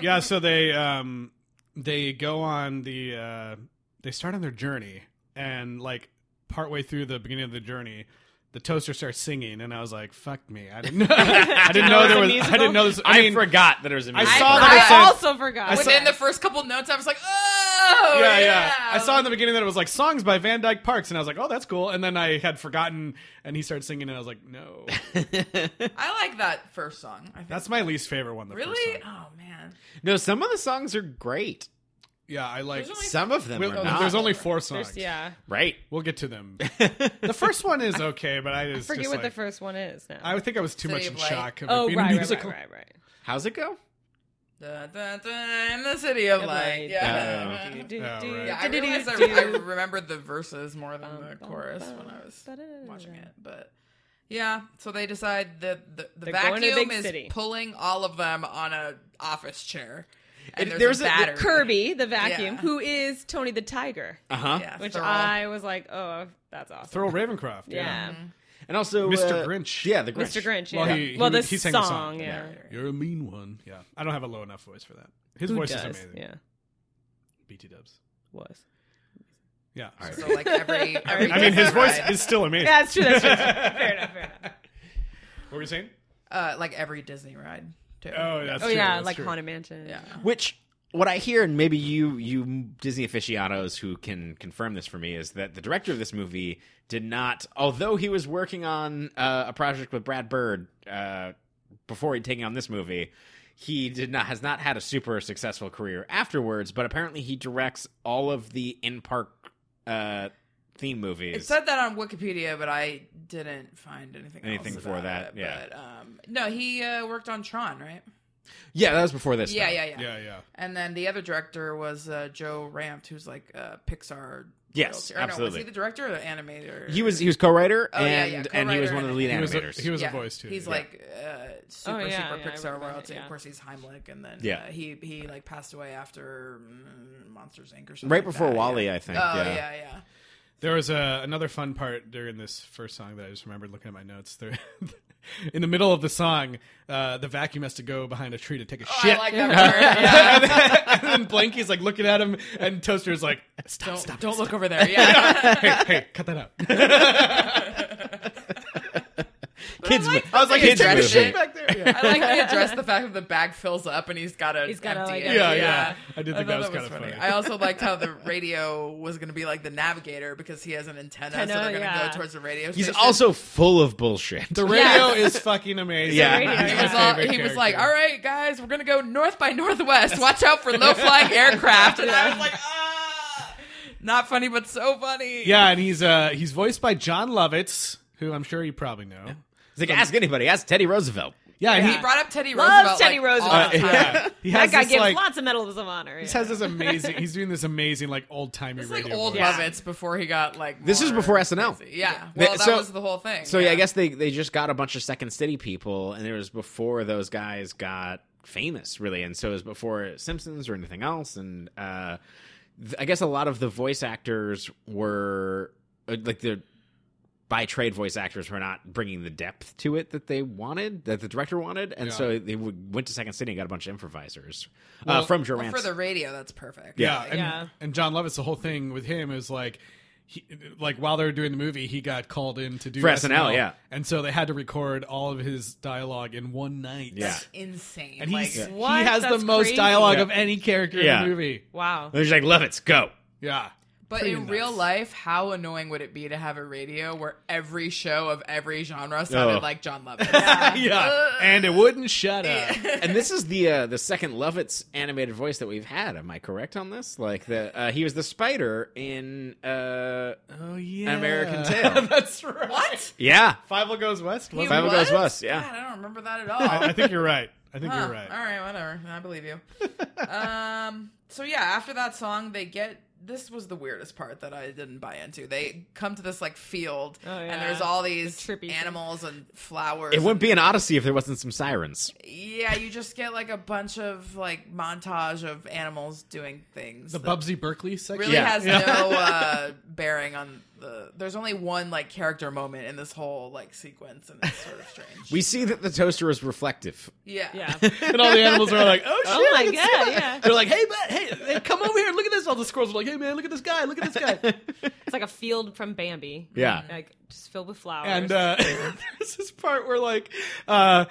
S1: yeah, so they um they go on the uh they start on their journey and like partway through the beginning of the journey the toaster starts singing and I was like fuck me I didn't know I didn't know there was I didn't know this I, mean
S3: forgot that there was a
S1: I
S3: musical.
S1: saw that
S4: I
S1: it said-
S4: also forgot.
S1: I saw-
S2: Within the first couple notes, I was like, oh,
S1: yeah, yeah. I saw in the beginning that it was like songs by Van Dyke Parks, and I was like, "Oh, that's cool." And then I had forgotten, and he started singing, and I was like, "No,
S2: I like that first song. I think.
S1: that's my least favorite one." The first
S2: really.
S1: song.
S2: Oh man,
S3: No, some of the songs are great.
S1: Yeah, I like.
S2: There's only-
S3: Some of them
S1: Well,
S3: are not.
S1: there's only four songs.
S4: yeah,
S3: right.
S1: we'll get to them. the first one is okay, but I just
S4: forget
S1: just
S4: what the
S1: like-
S4: first one is now.
S1: I think I was too
S2: City
S1: much
S2: of
S1: in
S2: Light.
S1: shock of
S4: oh
S1: it
S4: right,
S1: being a
S4: right,
S1: musical.
S4: right, right, right.
S3: How's it go?
S2: Dun, dun, dun, in the city of light.
S1: Uh,
S3: Uh,
S2: Yeah,
S4: Do, do,
S1: Yeah,
S4: do,
S1: right.
S2: Oh, yeah. I
S4: do, do,
S2: realized I,
S4: do.
S2: I remembered the verses more than the chorus when I was watching it, but. Yeah, so they decide that the, the
S4: They're going to
S2: vacuum
S4: big
S2: is
S4: city.
S2: pulling all of them on a office chair. And
S3: It-
S2: there's,
S3: there's a-
S2: a battery.
S4: Kirby the vacuum,
S2: Yeah.
S4: who is Tony the Tiger,
S3: Uh huh.
S2: Yeah,
S4: which
S2: they're all-
S4: I was like, oh, that's awesome.
S1: Thurl Ravencroft.
S4: yeah.
S3: And also
S1: Mr.
S3: uh,
S1: Grinch.
S3: Yeah, the Grinch.
S2: Mm-hmm.
S4: Mr. Grinch. Yeah.
S1: Well,
S4: Well,
S1: he- he
S4: well the
S1: was- he sang
S4: song,
S1: the song.
S4: yeah.
S1: You're a mean one. Yeah. I don't have a low enough voice for that. His
S4: Who
S1: voice
S4: does?
S1: is amazing.
S4: Yeah,
S1: BT dubs.
S4: was.
S1: Yeah.
S2: So like every, every
S1: I mean, his
S2: Disney
S1: voice
S2: ride-
S1: is still amazing.
S4: Yeah, that's true. That's true. that's true. Fair enough. Fair enough.
S1: What were you saying?
S2: uh, like every Disney ride. Too.
S1: Oh, that's
S4: Oh
S1: true.
S4: yeah,
S1: that's
S4: like
S1: true.
S4: Haunted Mansion.
S2: yeah.
S3: Which what I hear, and maybe you you Disney aficionados who can confirm this for me, is that the director of this movie did not, although he was working on uh, a project with Brad Bird uh, before he'd taken on this movie. He did not has not had a super successful career afterwards, but apparently he directs all of the in park uh, theme movies.
S2: It said that on Wikipedia, but I didn't find anything
S3: Anything
S2: else
S3: for
S2: about
S3: that,
S2: it.
S3: yeah.
S2: But, um, no, he uh, worked on Tron, right?
S3: yeah, that was before this.
S2: Yeah,
S3: though.
S2: yeah, yeah,
S1: Yeah, yeah.
S2: And then the other director was uh, Joe Rampt, who's like uh, Pixar. royalty-
S3: Yes,
S2: or no, was
S3: absolutely.
S2: he the director or the animator?
S3: He was he was co-writer
S2: Oh, yeah,
S3: and
S2: yeah,
S3: and he was
S2: co-writer
S3: one of
S2: and
S3: the lead
S1: He was a,
S3: animators.
S1: he was
S2: Yeah.
S1: a voice too.
S2: He's
S1: yeah.
S2: like uh, super,
S4: Oh, yeah, yeah, I
S2: super Pixar
S4: remember that,
S2: royalty.
S4: yeah.
S2: Of course, he's Heimlich, and then
S3: Yeah.
S2: uh, he he like passed away after mm, Monsters Inc. or something.
S3: right
S2: like
S3: before
S2: that,
S3: Wally,
S2: yeah.
S3: I think.
S2: Oh
S3: yeah.
S2: yeah, yeah.
S1: There was a, another fun part during this first song that I just remembered looking at my notes. There, in the middle of the song, uh, the vacuum has to go behind a tree to take
S4: Oh,
S1: a shit.
S2: I like that part. Yeah.
S1: and then, and then Blanky's like looking at him, and Toaster's like, "Stop,
S2: Don't,
S1: stop,
S2: don't
S1: stop.
S2: look over there. Yeah.
S1: hey, hey, cut that out."
S3: Kids, I,
S1: I was like,
S2: They
S1: "He's taking a
S2: addressed
S1: shit
S2: it.
S1: back there." Yeah.
S2: I like how they address the fact that the bag fills up and he's got to
S4: He's gotta,
S2: empty
S4: like,
S2: it.
S1: Yeah, yeah. I did think
S2: thought
S1: that was kinda funny.
S2: I also liked how the radio was going to be like the navigator because he has an antenna, so
S4: Antenna,
S2: they're going to
S4: yeah.
S2: go towards the radio.
S3: He's
S2: station.
S3: also full of bullshit.
S1: The radio is fucking amazing.
S3: Yeah.
S4: radio,
S1: He's
S2: He
S1: my
S2: was, all,
S1: favorite
S2: he was like,
S1: character.
S2: "All right, guys, we're gonna go north by northwest. Watch out for low flying aircraft." And I was like, "Ah, not funny, but so funny."
S1: Yeah, and he's uh he's voiced by John Lovitz, who I'm sure you probably know.
S3: He's like, ask anybody. Ask Teddy Roosevelt.
S1: Yeah, and
S2: he brought up Teddy
S4: Loves
S2: Roosevelt.
S4: Teddy
S2: like, all
S4: Roosevelt.
S2: the time.
S1: Uh, yeah, he
S4: That
S1: has
S4: guy
S1: this,
S4: gives
S1: like-
S4: lots of medals of honor.
S1: He
S4: yeah.
S1: has this amazing. He's doing this amazing like old timey
S2: It's like
S1: radio.
S2: old
S1: voice.
S2: Lovitz before he got like.
S3: This is
S2: more
S3: before SNL.
S2: crazy. Yeah, well,
S3: They-
S2: that
S3: so-
S2: was the whole thing.
S3: So yeah, I guess they they just got a bunch of Second City people, and it was before those guys got famous, really, and so it was before Simpsons or anything else. And uh, th- I guess a lot of the voice actors were uh, like the by trade voice actors were not bringing the depth to it that they wanted, that the director wanted, and
S1: Yeah.
S3: so they w- went to Second City and got a bunch of improvisers
S1: Well-
S3: uh, from Joe
S2: Well, for
S3: Rance.
S2: the radio, that's perfect.
S1: Yeah, and,
S4: Yeah.
S1: and John Lovitz, the whole thing with him is like, he, like while they were doing the movie, he got called in to do
S3: For SNL, yeah.
S1: and so they had to record all of his dialogue in one night.
S3: Yeah.
S2: insane.
S1: and he's,
S2: like,
S4: What?
S1: he has
S4: That's
S1: the most
S4: crazy.
S1: dialogue
S3: Yeah.
S1: of any character
S3: Yeah.
S1: in the movie.
S4: Wow.
S3: They're just like, love it's go.
S1: Yeah,
S2: but
S1: pretty
S2: in
S1: nuts.
S2: real life, how annoying would it be to have a radio where every show of every genre sounded
S3: Oh.
S2: like John Lovitz?
S1: yeah, and it wouldn't shut up.
S3: and this is the uh, the second Lovitz animated voice that we've had. Am I correct on this? Like the uh, he was the spider in uh,
S1: Oh yeah,
S3: American Tail.
S1: That's right.
S2: what?
S3: yeah,
S1: Fievel goes west.
S2: He
S1: wasn't
S3: Five
S1: it?
S2: was?
S3: Goes West. Yeah,
S2: God, I don't remember that at
S1: I, I
S2: all.
S1: think you're right. I think
S2: Huh,
S1: you're right.
S2: All right, whatever. I believe you. um. So yeah, after that song, they get. This was the weirdest part that I didn't buy into. They come to this like field,
S4: Oh, yeah.
S2: and there's all these
S4: trippy thing.
S2: animals and flowers.
S3: it wouldn't
S2: and-
S3: be an Odyssey if there wasn't some sirens.
S2: Yeah, you just get like a bunch of like montage of animals doing things.
S1: The
S2: that-
S1: Bubsy Berkeley section.
S2: really
S3: Yeah.
S2: has no uh, bearing on the. There's only one like character moment in this whole like sequence, and it's sort of strange.
S3: We see that the toaster is reflective.
S2: yeah,
S4: Yeah.
S1: and all the animals are like, "Oh shit!"
S4: Oh my
S1: I
S4: god.
S1: can see that."
S4: Yeah.
S1: They're like, "Hey, man, hey, hey, come over here! Look at this!" All the squirrels are like, "Hey, man, look at this guy! Look at this guy!"
S4: It's like a field from Bambi.
S3: Yeah.
S4: Like just filled with flowers.
S1: and uh, there's this part where like. Uh,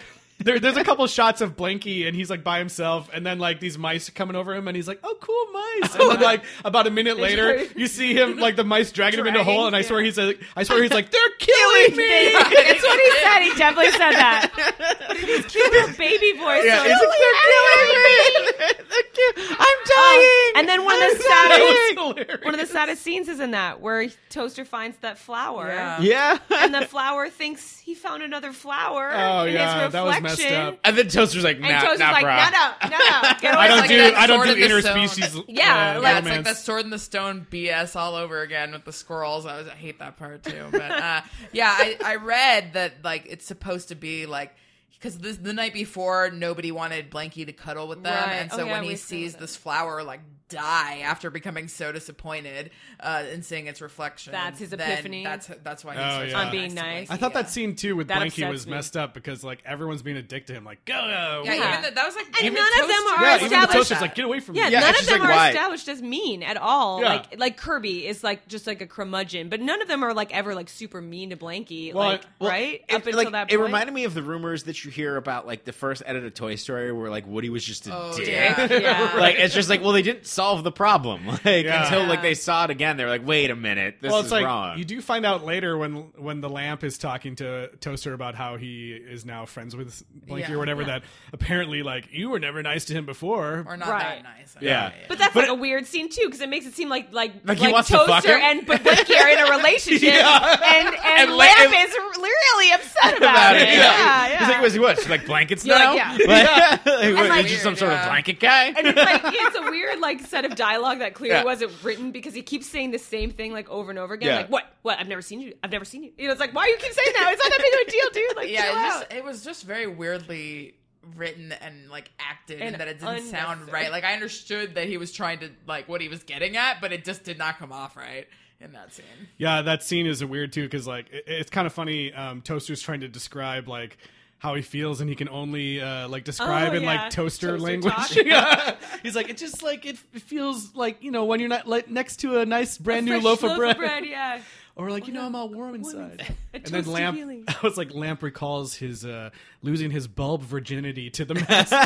S1: there, there's a couple shots of Blanky and he's like by himself, and then like these mice are coming over him, and he's like, "Oh, cool mice!" And then like about a minute later,
S4: just-
S1: you see him like the mice dragging him into a hole, and I
S4: Dragging,
S1: swear he's like, I swear he's like, "They're killing me!"
S4: That's what he said. He definitely said that. But in his cute little baby voice.
S3: Yeah,
S4: so-
S3: it's like, they're killing me. They're kill- I'm dying.
S4: Oh, and then one of the
S1: That
S4: saddest
S1: was hilarious.
S4: one of the saddest scenes is in that where Toaster finds that flower.
S2: Yeah.
S3: yeah.
S4: And the flower thinks he found another flower.
S1: Oh,
S4: in
S1: yeah,
S4: his
S1: that was messed
S4: reflection.
S1: up.
S3: And then Toaster's like, nah,
S4: And Toaster's
S3: nah,
S4: like,
S3: brah.
S4: no, no, no, no. Get away
S1: I don't
S4: from
S2: like
S1: do
S4: that.
S2: that
S1: I don't do
S2: sword in the stone.
S1: interspecies.
S4: Yeah,
S1: uh,
S4: like-
S2: Yeah, it's like
S1: romance.
S2: that sword in the stone BS all over again with the squirrels. I, was, I hate that part too. But uh, yeah, I, I read that like it's supposed to be like because this the night before nobody wanted Blanky to cuddle with them,
S4: Right.
S2: and
S4: Oh,
S2: so
S4: yeah,
S2: when
S4: we
S2: he
S4: saw
S2: sees
S4: that.
S2: this flower like die after becoming so disappointed uh, and seeing its reflection,
S4: That's his
S2: then
S4: epiphany.
S2: That's that's why
S1: Oh,
S2: he's
S1: yeah. On
S4: being nice.
S1: I thought that scene too with
S4: That
S1: Blanky
S4: upsets
S1: was
S4: me.
S1: messed up because like everyone's being a dick to him, like go. go.
S2: Yeah,
S4: Yeah.
S2: even that that was like
S4: And
S2: even
S4: none of them
S2: Toaster-
S4: are
S1: Yeah,
S4: Yeah,
S1: even the
S4: established
S1: toaster's
S4: that.
S1: like get away from
S4: Yeah,
S1: me.
S3: Yeah,
S4: none
S3: and
S4: of
S3: she's
S4: them
S3: like,
S4: are
S3: "Why?"
S4: established as mean at all.
S1: Yeah.
S4: Like like Kirby is like just like a curmudgeon, but none of them are like ever like super mean to Blanky,
S1: Well,
S4: like
S3: Well,
S4: right
S3: it-
S4: up until
S3: like,
S4: that. Point.
S3: It reminded me of the rumors that you hear about like the first edit of Toy Story, where like Woody was just a
S2: Oh,
S3: dick.
S2: yeah.
S4: Yeah.
S3: like it's just like well they didn't solve the problem like
S1: Yeah.
S3: until like they saw it again they're like wait a minute this
S1: well,
S3: is
S1: it's like
S3: wrong
S1: you do find out later when when the lamp is talking to Toaster about how he is now friends with Blanky
S2: Yeah.
S1: or whatever. That apparently, like you were never nice to him before.
S2: or not that
S4: Right.
S2: nice.
S3: Yeah.
S4: But that's like a weird scene too, because it makes it seem like like
S3: Like
S4: like,
S3: he wants to
S4: Toaster
S3: fuck him?
S4: and but Blinky are in a relationship, and and,
S3: And La-
S4: Lamp
S3: and-
S4: is really upset about,
S3: about
S4: it.
S3: it.
S4: Yeah, yeah.
S3: It's like, was he what? She's like blankets
S4: You're
S3: now?
S4: like, yeah.
S3: Like, what,
S4: like-
S3: you're just some
S2: Weird,
S3: sort of
S2: yeah.
S3: blanket guy?
S4: and it's like it's a weird like set of dialogue that clearly
S3: Yeah.
S4: wasn't written because he keeps saying the same thing like over and over again.
S3: Yeah.
S4: Like what? What? I've never seen you. I've never seen you. You know, it's like why you keep saying that? It's not that big of a deal, dude. Like chill
S2: yeah, it,
S4: out.
S2: just, it was just very weirdly written and like acted,
S4: And
S2: and, that it didn't sound
S4: unnecessary.
S2: right. Like I understood that he was trying to like what he was getting at, but it just did not come off right. in that scene.
S1: Yeah, that scene is weird too because like it, it's kind of funny. Um, Toaster's trying to describe like how he feels, and he can only uh, like describe
S4: Oh,
S1: in
S4: yeah.
S1: like toaster,
S4: Toaster
S1: language.
S4: talk.
S1: yeah. He's like, it just like it f- feels like you know when you're not like next to a nice brand new
S4: Fresh
S1: loaf, of bread,
S4: yeah.
S1: or like you know I'm all warm inside.
S4: A
S1: And then
S4: toasty
S1: Lamp,
S4: feeling.
S1: I was like, Lamp recalls his uh, losing his bulb virginity to the master.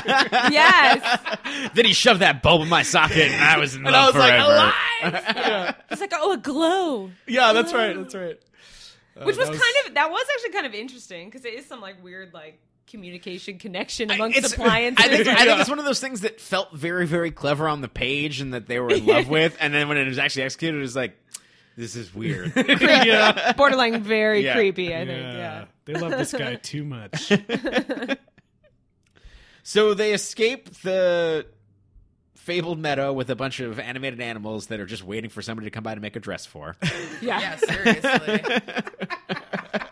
S4: yes.
S3: Then he shoved that bulb in my socket, and I was in love forever.
S4: It's like oh, a glow,
S1: yeah, that's right, that's right. Uh,
S4: which was,
S1: that
S4: kind of that was actually kind of interesting because it is some like weird like communication connection amongst
S3: It's-
S4: appliances.
S3: I think, I
S4: Like,
S3: think it's one of those things that felt very, very clever on the page and that they were in love with, and then when it was actually executed, it was like, this is weird.
S4: borderline very
S3: Yeah.
S4: creepy. I think yeah.
S1: They love this guy too much.
S3: so they escape the fabled meadow with a bunch of animated animals that are just waiting for somebody to come by to make a dress for.
S4: yeah,
S2: Yeah, seriously.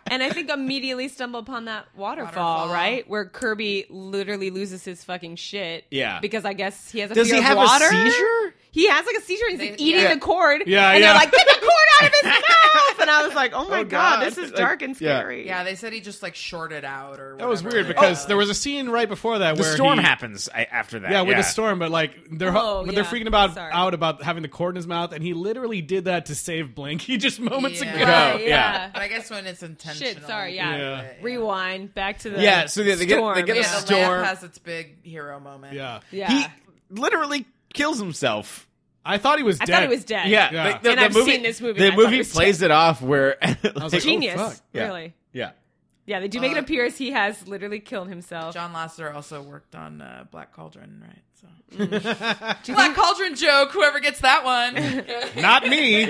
S4: And I think immediately stumble upon that waterfall,
S2: Waterfall.
S4: right? Where Kirby literally loses his fucking shit.
S3: Yeah.
S4: Because I guess he has a
S3: Does
S4: fear
S3: he
S4: of
S3: have
S4: water.
S3: a seizure?
S4: He has like a seizure and he's like,
S2: They-
S4: eating
S2: yeah.
S4: the cord.
S1: Yeah, yeah.
S4: and they're like, get the cord out of his mouth. And I was like, oh my
S3: Oh,
S4: God,
S3: God.
S4: this is
S3: Like,
S4: dark and
S3: yeah.
S4: scary.
S2: yeah, they said he just like shorted out or.
S1: That was
S2: whatever.
S1: weird because
S2: Yeah.
S1: there was a scene right before that
S3: The
S1: where
S3: storm
S1: he,
S3: happens I, after that.
S1: Yeah, with the storm, but like they're
S4: Oh,
S1: but they're
S4: yeah.
S1: freaking about
S4: Sorry.
S1: out about having the cord in his mouth, and he literally did that to save Blanky just moments
S2: Yeah.
S1: ago.
S4: Right,
S3: Yeah.
S4: yeah.
S2: But I guess when it's intentional.
S4: sorry, yeah.
S1: Yeah.
S4: Rewind back to the
S3: Yeah, so they- they get-
S4: storm.
S3: they get a
S2: Yeah,
S4: yeah.
S2: the
S3: Storm.
S2: lamp has its big hero moment.
S1: Yeah,
S4: Yeah.
S3: He literally kills himself.
S1: I thought he was.
S4: I
S1: dead.
S4: thought he was dead.
S3: Yeah,
S1: Yeah.
S3: like, the,
S4: And
S3: the
S4: I've
S3: movie,
S4: seen this movie,
S3: The
S4: and I thought it
S3: movie
S4: was
S3: plays it off where
S1: I was like,
S4: Genius,
S1: Oh, fuck.
S3: Yeah.
S4: really.
S3: yeah,
S4: Yeah, they do make it
S2: Uh,
S4: appear as he has literally killed himself.
S2: John Lasseter also worked on uh, Black Cauldron, right? So.
S4: Mm.
S2: Black Cauldron joke. Whoever gets that one.
S1: Not me.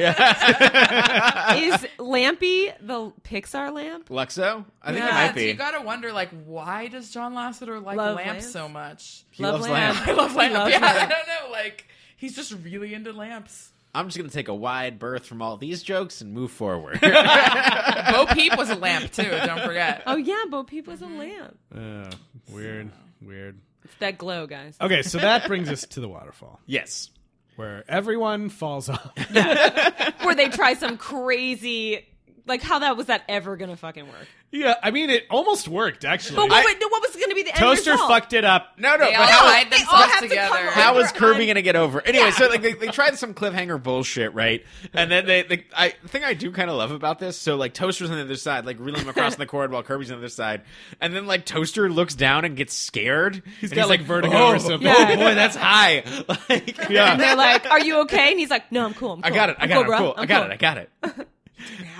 S4: Is Lampy the Pixar lamp?
S3: Luxo. I think
S2: Yeah,
S3: it might
S2: so you
S3: be.
S2: gotta wonder, like, why does John Lasseter like
S4: Love
S2: lamp
S4: lamps?
S2: so much?
S3: He loves lamp.
S2: I love
S4: He
S2: lamp.
S4: loves
S2: yeah, I
S4: lamp.
S2: don't know. Like, he's just really into lamps.
S3: I'm just gonna take a wide berth from all these jokes and move forward.
S2: Bo Peep was a lamp too. Don't forget.
S4: Oh yeah, Bo Peep was a lamp.
S1: Uh, weird, weird.
S4: It's that glow, guys.
S1: Okay, so that brings us to the waterfall
S3: yes.
S1: where everyone falls off.
S4: Where they try some crazy, like how that was that ever gonna fucking work?
S1: yeah, I mean it almost worked actually.
S4: But what, would- what was gonna be the end
S1: Toaster
S4: result?
S1: fucked it up.
S3: No, no.
S2: They
S3: But
S2: all
S3: how,
S2: tied
S4: they all
S2: themselves
S4: have to come
S2: together.
S4: on.
S3: how is Kirby
S4: on-
S3: gonna get over? Anyway, so like they, they tried some cliffhanger bullshit, right? And then they, they I the thing I do kind of love about this. So like Toaster's on the other side, like reeling him across the cord while Kirby's on the other side, and then like Toaster looks down and gets scared. And He's
S1: got, like, vertigo
S3: oh,
S1: or something."
S3: Oh
S4: Yeah.
S3: boy, that's high. Like,
S4: And they're like, "Are you okay?" And he's like, "No, I'm cool. I'm
S3: I
S4: cool.
S3: got it. I
S4: I'm
S3: got it.
S4: cool,
S3: I'm
S4: bro.
S3: cool. I
S4: I'm
S3: got
S4: cool."
S3: it. I got it.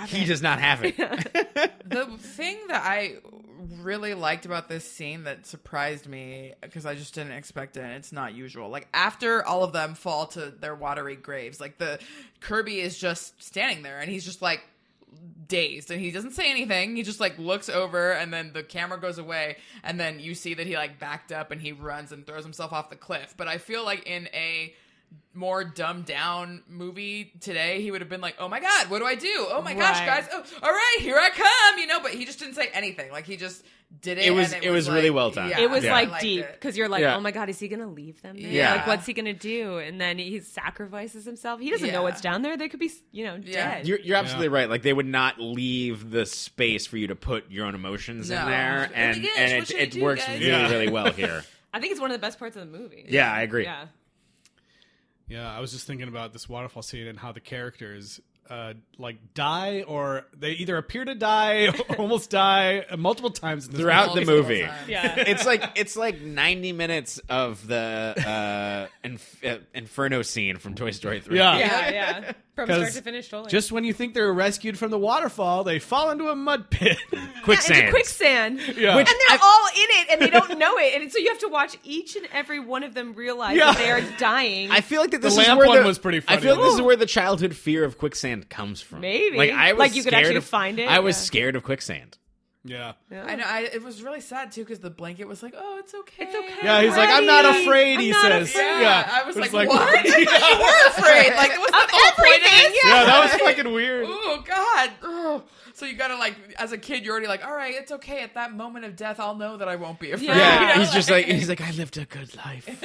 S3: He does not have it.
S2: The thing that I really liked about this scene that surprised me because I just didn't expect it. and It's not usual. Like after all of them fall to their watery graves, like the Kirby is just standing there and he's just like dazed and he doesn't say anything. He just like looks over and then the camera goes away and then you see that he like backed up and he runs and throws himself off the cliff. But I feel like in a more dumbed down movie today, he would have been like, "Oh my god, what do I do? Oh my gosh,
S4: Right.
S2: guys! Oh, all right, here I come!" You know, but he just didn't say anything. Like he just did it.
S3: It was-
S2: and
S3: it was really
S2: like-
S3: well done.
S2: yeah,
S4: It was
S2: I
S4: like
S2: liked
S4: deep
S2: it.
S4: because you're like,
S3: Yeah.
S4: "Oh my god, is he gonna leave them? There?
S3: Yeah.
S4: Like, what's he gonna do?" And then he sacrifices himself. He doesn't know
S2: Yeah.
S4: what's down there. They could be, you know,
S2: Yeah.
S4: dead.
S3: You're, you're absolutely right. Like they would not leave the space for you to put your own emotions in
S2: No.
S3: there,
S2: Oh my
S3: and
S2: gosh,
S3: and
S2: what
S3: it,
S2: should I
S3: it
S2: do,
S3: works
S2: guys?
S3: really
S1: Yeah.
S3: really well here.
S4: I think it's one of the best parts of the movie.
S3: Yeah, I agree.
S4: Yeah.
S1: Yeah, I was just thinking about this waterfall scene and how the characters uh, like die or they either appear to die, or almost die uh, multiple times in this
S3: Throughout
S1: movie.
S3: the
S2: Multiple
S3: movie.
S2: times.
S4: Yeah.
S3: It's like it's like 90 minutes of the uh, inf- uh, inferno scene from Toy Story 3.
S1: Yeah.
S4: yeah, yeah. From
S1: 'Cause
S4: start to finish, totally.
S1: Just when you think they're rescued from the waterfall, they fall into a mud pit.
S4: Yeah,
S3: quicksand.
S4: into quicksand.
S1: Yeah.
S4: And
S1: Which
S4: they're all in it and they don't know it. And so you have to watch each and every one of them realize
S1: Yeah.
S4: that they are dying.
S3: I feel like that
S1: The
S3: this is
S1: lamp
S3: where
S1: one
S3: the,
S1: was pretty
S3: I feel like
S1: funny.
S3: this is where the childhood fear of quicksand comes from.
S4: Maybe.
S3: like I was
S4: Like, you could
S3: scared
S4: actually
S3: of-
S4: find it,
S3: I was
S4: yeah.
S3: scared of quicksand.
S1: yeah.
S2: I know. I, it was really sad too because the blanket was like, "Oh, it's okay.
S4: It's okay.
S1: Yeah, he's like, I'm not
S4: Ready?
S1: afraid, he
S4: I'm not
S1: says.
S4: afraid.
S2: Yeah,
S1: Yeah.
S2: I was
S1: It's
S2: like,
S1: like-
S2: "What? I thought you were afraid. Like, was
S4: Of
S2: the whole point of
S4: everything,
S2: this?
S4: yeah.
S1: Yeah, that was fucking weird.
S2: Oh God! Ugh. So you gotta like, as a kid, you're already like, all right, it's okay. At that moment of death, I'll know that I won't be afraid.
S4: Yeah.
S2: You know,
S3: he's just like he's like I lived a good life.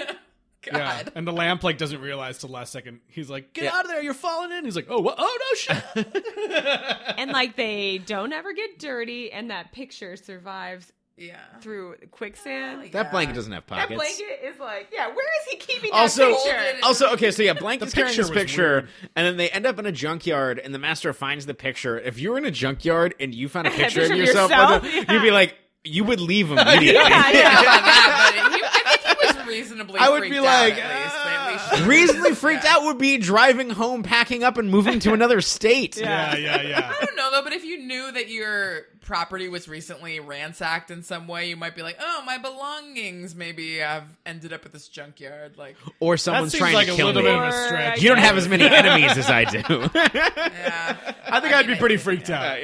S1: Yeah,
S2: God.
S1: and the lamp like doesn't realize till the last second. He's like, "Get
S3: Yeah.
S1: out of there! You're falling in." He's like, "Oh, what? oh no, shit!"
S4: and like they don't ever get dirty, and that picture survives
S2: Yeah.
S4: through quicksand.
S2: Hell
S3: That
S2: Yeah.
S3: blanket doesn't have
S4: that
S3: pockets.
S4: blanket is like, yeah. Where is he keeping
S3: Also,
S4: that picture?
S3: also, okay, so yeah, blanket's
S1: The
S3: carrying
S1: picture
S3: this
S1: was
S3: picture,
S1: weird.
S3: and then they end up in a junkyard, and the master finds the picture. If you were in a junkyard and you found a picture,
S4: picture
S3: of
S4: of
S3: yourself,
S4: yourself?
S3: with a-
S4: Yeah.
S3: you'd be like, you would leave immediately.
S4: yeah,
S2: I
S4: yeah.
S2: don't know about that, but he- I think he was reasonably.
S3: I would
S2: freaked
S3: be
S2: out,
S3: like,
S2: at least.
S3: "Ah."
S2: They at least-
S3: Reasonably freaked
S2: Yeah.
S3: out would be driving home, packing up, and moving to another state.
S1: yeah, yeah, yeah.
S2: I don't know though, but if you knew that your property was recently ransacked in some way, you might be like, "Oh, my belongings maybe have ended up at this junkyard." Like,
S3: Or
S1: That
S3: someone's
S1: seems
S3: trying
S1: like
S3: to
S1: a
S3: kill
S1: little
S3: me.
S1: bit of a
S4: Or I
S1: stretch.
S3: You don't have as many enemies as I do.
S2: yeah,
S1: I think
S2: I
S1: I'd
S2: mean,
S1: be
S2: I-
S1: pretty freaked out.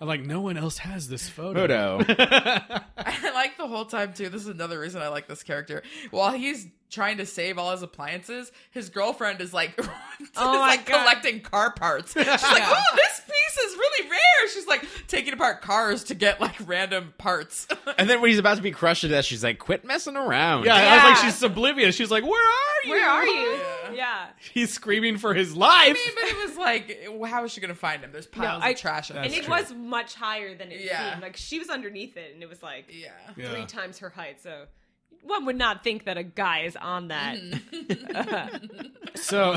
S1: I'm like, no one else has this photo.
S3: Photo.
S2: I like the whole time too. This is another reason I like this character. While he's trying to save all his appliances, his girlfriend is like, is
S4: my
S2: like
S4: God.
S2: collecting car parts. She's like,
S4: Yeah.
S2: "Oh, this piece is really rare." She's like taking apart cars to get like random parts.
S3: And then when he's about to be crushed to death, she's like, quit messing around.
S1: Yeah, I was like,
S4: Yeah.
S1: she's oblivious. She's like, where are you?
S4: Where are you? Yeah.
S1: He's screaming for his
S2: I
S1: life.
S2: mean, but it was like, how is she gonna find him? There's piles
S4: I-
S2: of trash. on
S4: And
S2: the
S4: it
S2: street.
S4: was much higher than it
S2: Yeah.
S4: seemed. Like she was underneath it, and it was like
S2: yeah.
S1: Yeah.
S4: three times her height. So one would not think that a guy is on that.
S1: So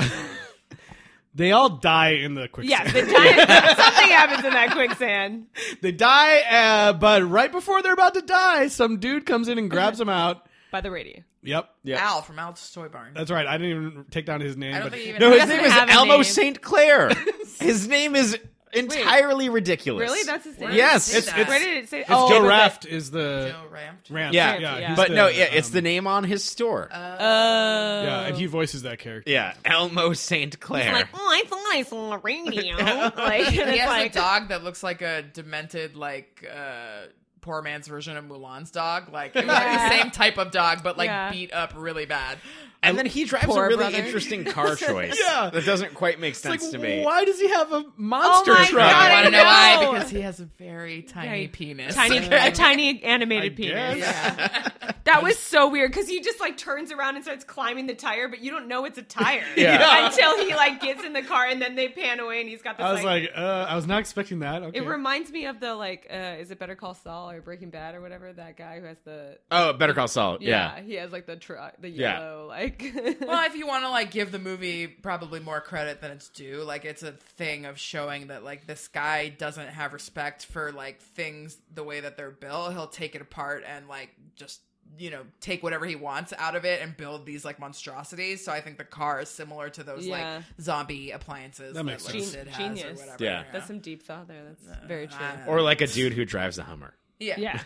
S1: they all die in the quicksand.
S4: Yes, the giant, something happens in that quicksand.
S1: They die, uh, but right before they're about to die, some dude comes in and grabs them out.
S4: By the radio.
S1: Yep. Yeah.
S2: Al from Al's Toy Barn.
S1: That's right. I didn't even take down his name.
S2: I don't
S1: but
S2: think he even.
S3: No,
S4: He
S3: his
S4: doesn't
S3: name is
S4: have a
S3: Elmo
S4: name.
S3: St. Clair. his name is entirely ridiculous.
S4: Really? That's his name?
S3: Yes.
S2: It's- it's-
S4: Where did it say?
S1: it's Joe Raft is the
S2: Joe Ramped.
S1: Raft.
S3: Yeah.
S4: Yeah.
S1: he's
S3: But no, yeah,
S1: um,
S3: it's the name on his store.
S4: Oh.
S1: Yeah, and he voices that character.
S3: yeah, Elmo St. Clair.
S4: like, oh, I thought I saw a radio. Like, and
S2: he
S4: it's
S2: has
S4: like,
S2: a dog that looks like a demented, like uh, poor man's version of Mulan's dog. Like it was like the
S4: Yeah.
S2: same type of dog, but like
S4: Yeah.
S2: beat up really bad.
S3: and then he drives a
S4: Poor
S3: really
S4: brother.
S3: interesting car choice.
S1: Yeah.
S3: That doesn't quite make
S1: It's
S3: sense to me.
S1: like, why does he have a monster
S4: Oh my
S1: truck?
S4: God,
S2: I want to know
S4: know.
S2: why because he has a very tiny
S4: Yeah,
S2: penis.
S4: tiny, a tiny
S1: I
S4: animated
S1: guess.
S4: penis. That was so weird because he just like turns around and starts climbing the tire, but you don't know it's a tire
S1: Yeah.
S4: until he like gets in the car and then they pan away and he's got this.
S1: I was like, uh, I was not expecting that. Okay.
S4: it reminds me of the like, uh, is it Better Call Saul or Breaking Bad or whatever? That guy who has the
S3: Oh, Better Call Saul.
S4: yeah,
S3: Yeah.
S4: he has like the truck, the
S3: Yeah.
S4: yellow like.
S2: Well, if you want to like give the movie probably more credit than it's due, like it's a thing of showing that like this guy doesn't have respect for like things the way that they're built. He'll take it apart and like just you know take whatever he wants out of it and build these like monstrosities. So I think the car is similar to those
S4: Yeah.
S2: like zombie appliances
S1: That makes
S2: like,
S1: sense.
S2: Sid has or
S4: Genius.
S2: whatever.
S3: Yeah.
S4: That's some deep thought there. That's very true.
S3: Or like a dude who drives a Hummer.
S2: yeah.
S4: yeah.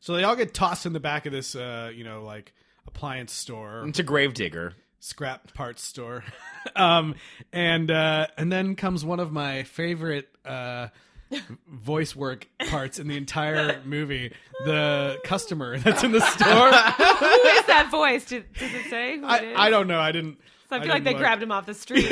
S1: so they all get tossed in the back of this, uh, you know, like appliance
S4: Mm-hmm.
S1: store,
S3: Into Gravedigger.
S1: scrap parts store, um, and uh, and then comes one of my favorite uh, voice work parts in the entire movie: the customer that's in the store.
S4: Who is that voice? Did, does it say? Who it
S1: I,
S4: is?
S1: I don't know. I didn't.
S4: So I feel
S1: didn't
S4: like they
S1: look.
S4: grabbed him off the street.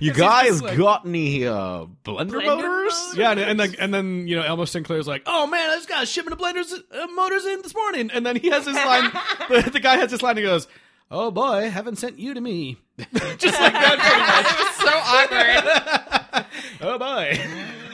S3: You guys got any uh, blender, motors?
S1: Yeah, and, and then and then you know Elmo Sinclair's like, oh man, I just got a shipment of blenders uh, motors in this morning, and then he has his line. the, the guy has his line. He goes, oh boy, haven't sent you to me. just like that.
S2: so awkward.
S1: pretty much. Oh boy.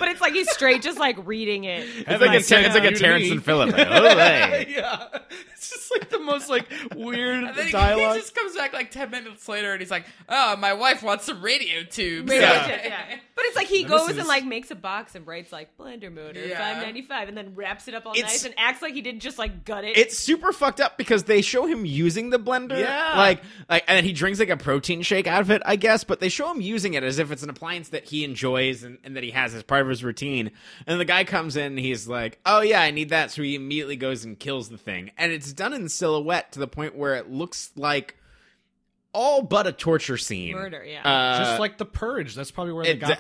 S4: but it's like he's straight just like reading it.
S3: It's like, a,
S1: Like,
S3: it's like
S1: yeah.
S3: a Terrence and Phillip. like, oh, hey.
S1: yeah, it's just like the most like weird
S2: And then he,
S1: dialogue.
S2: he just comes back like ten minutes later and he's like, "Oh, my wife wants some radio tubes."
S4: Wait,
S1: Yeah.
S4: wait, wait, yeah. But it's like he
S1: Now, this
S4: goes
S1: is-
S4: and like makes a box and writes like blender motor
S2: Yeah.
S4: five ninety five and then wraps it up all
S3: It's-
S4: nice and acts like he didn't just like gut it.
S3: It's super fucked up because they show him using the blender.
S1: Yeah.
S3: Like, like, and then he drinks like a protein shake out of it, I guess, but they show him using it as if it's an appliance that he enjoys and, and that he has as part of his routine. And the guy comes in and he's like, oh, yeah, I need that. So he immediately goes and kills the thing. And it's done in silhouette to the point where it looks like all but a torture scene.
S4: Murder, yeah.
S3: Uh,
S1: just like the purge. That's probably where they
S3: it-
S1: got this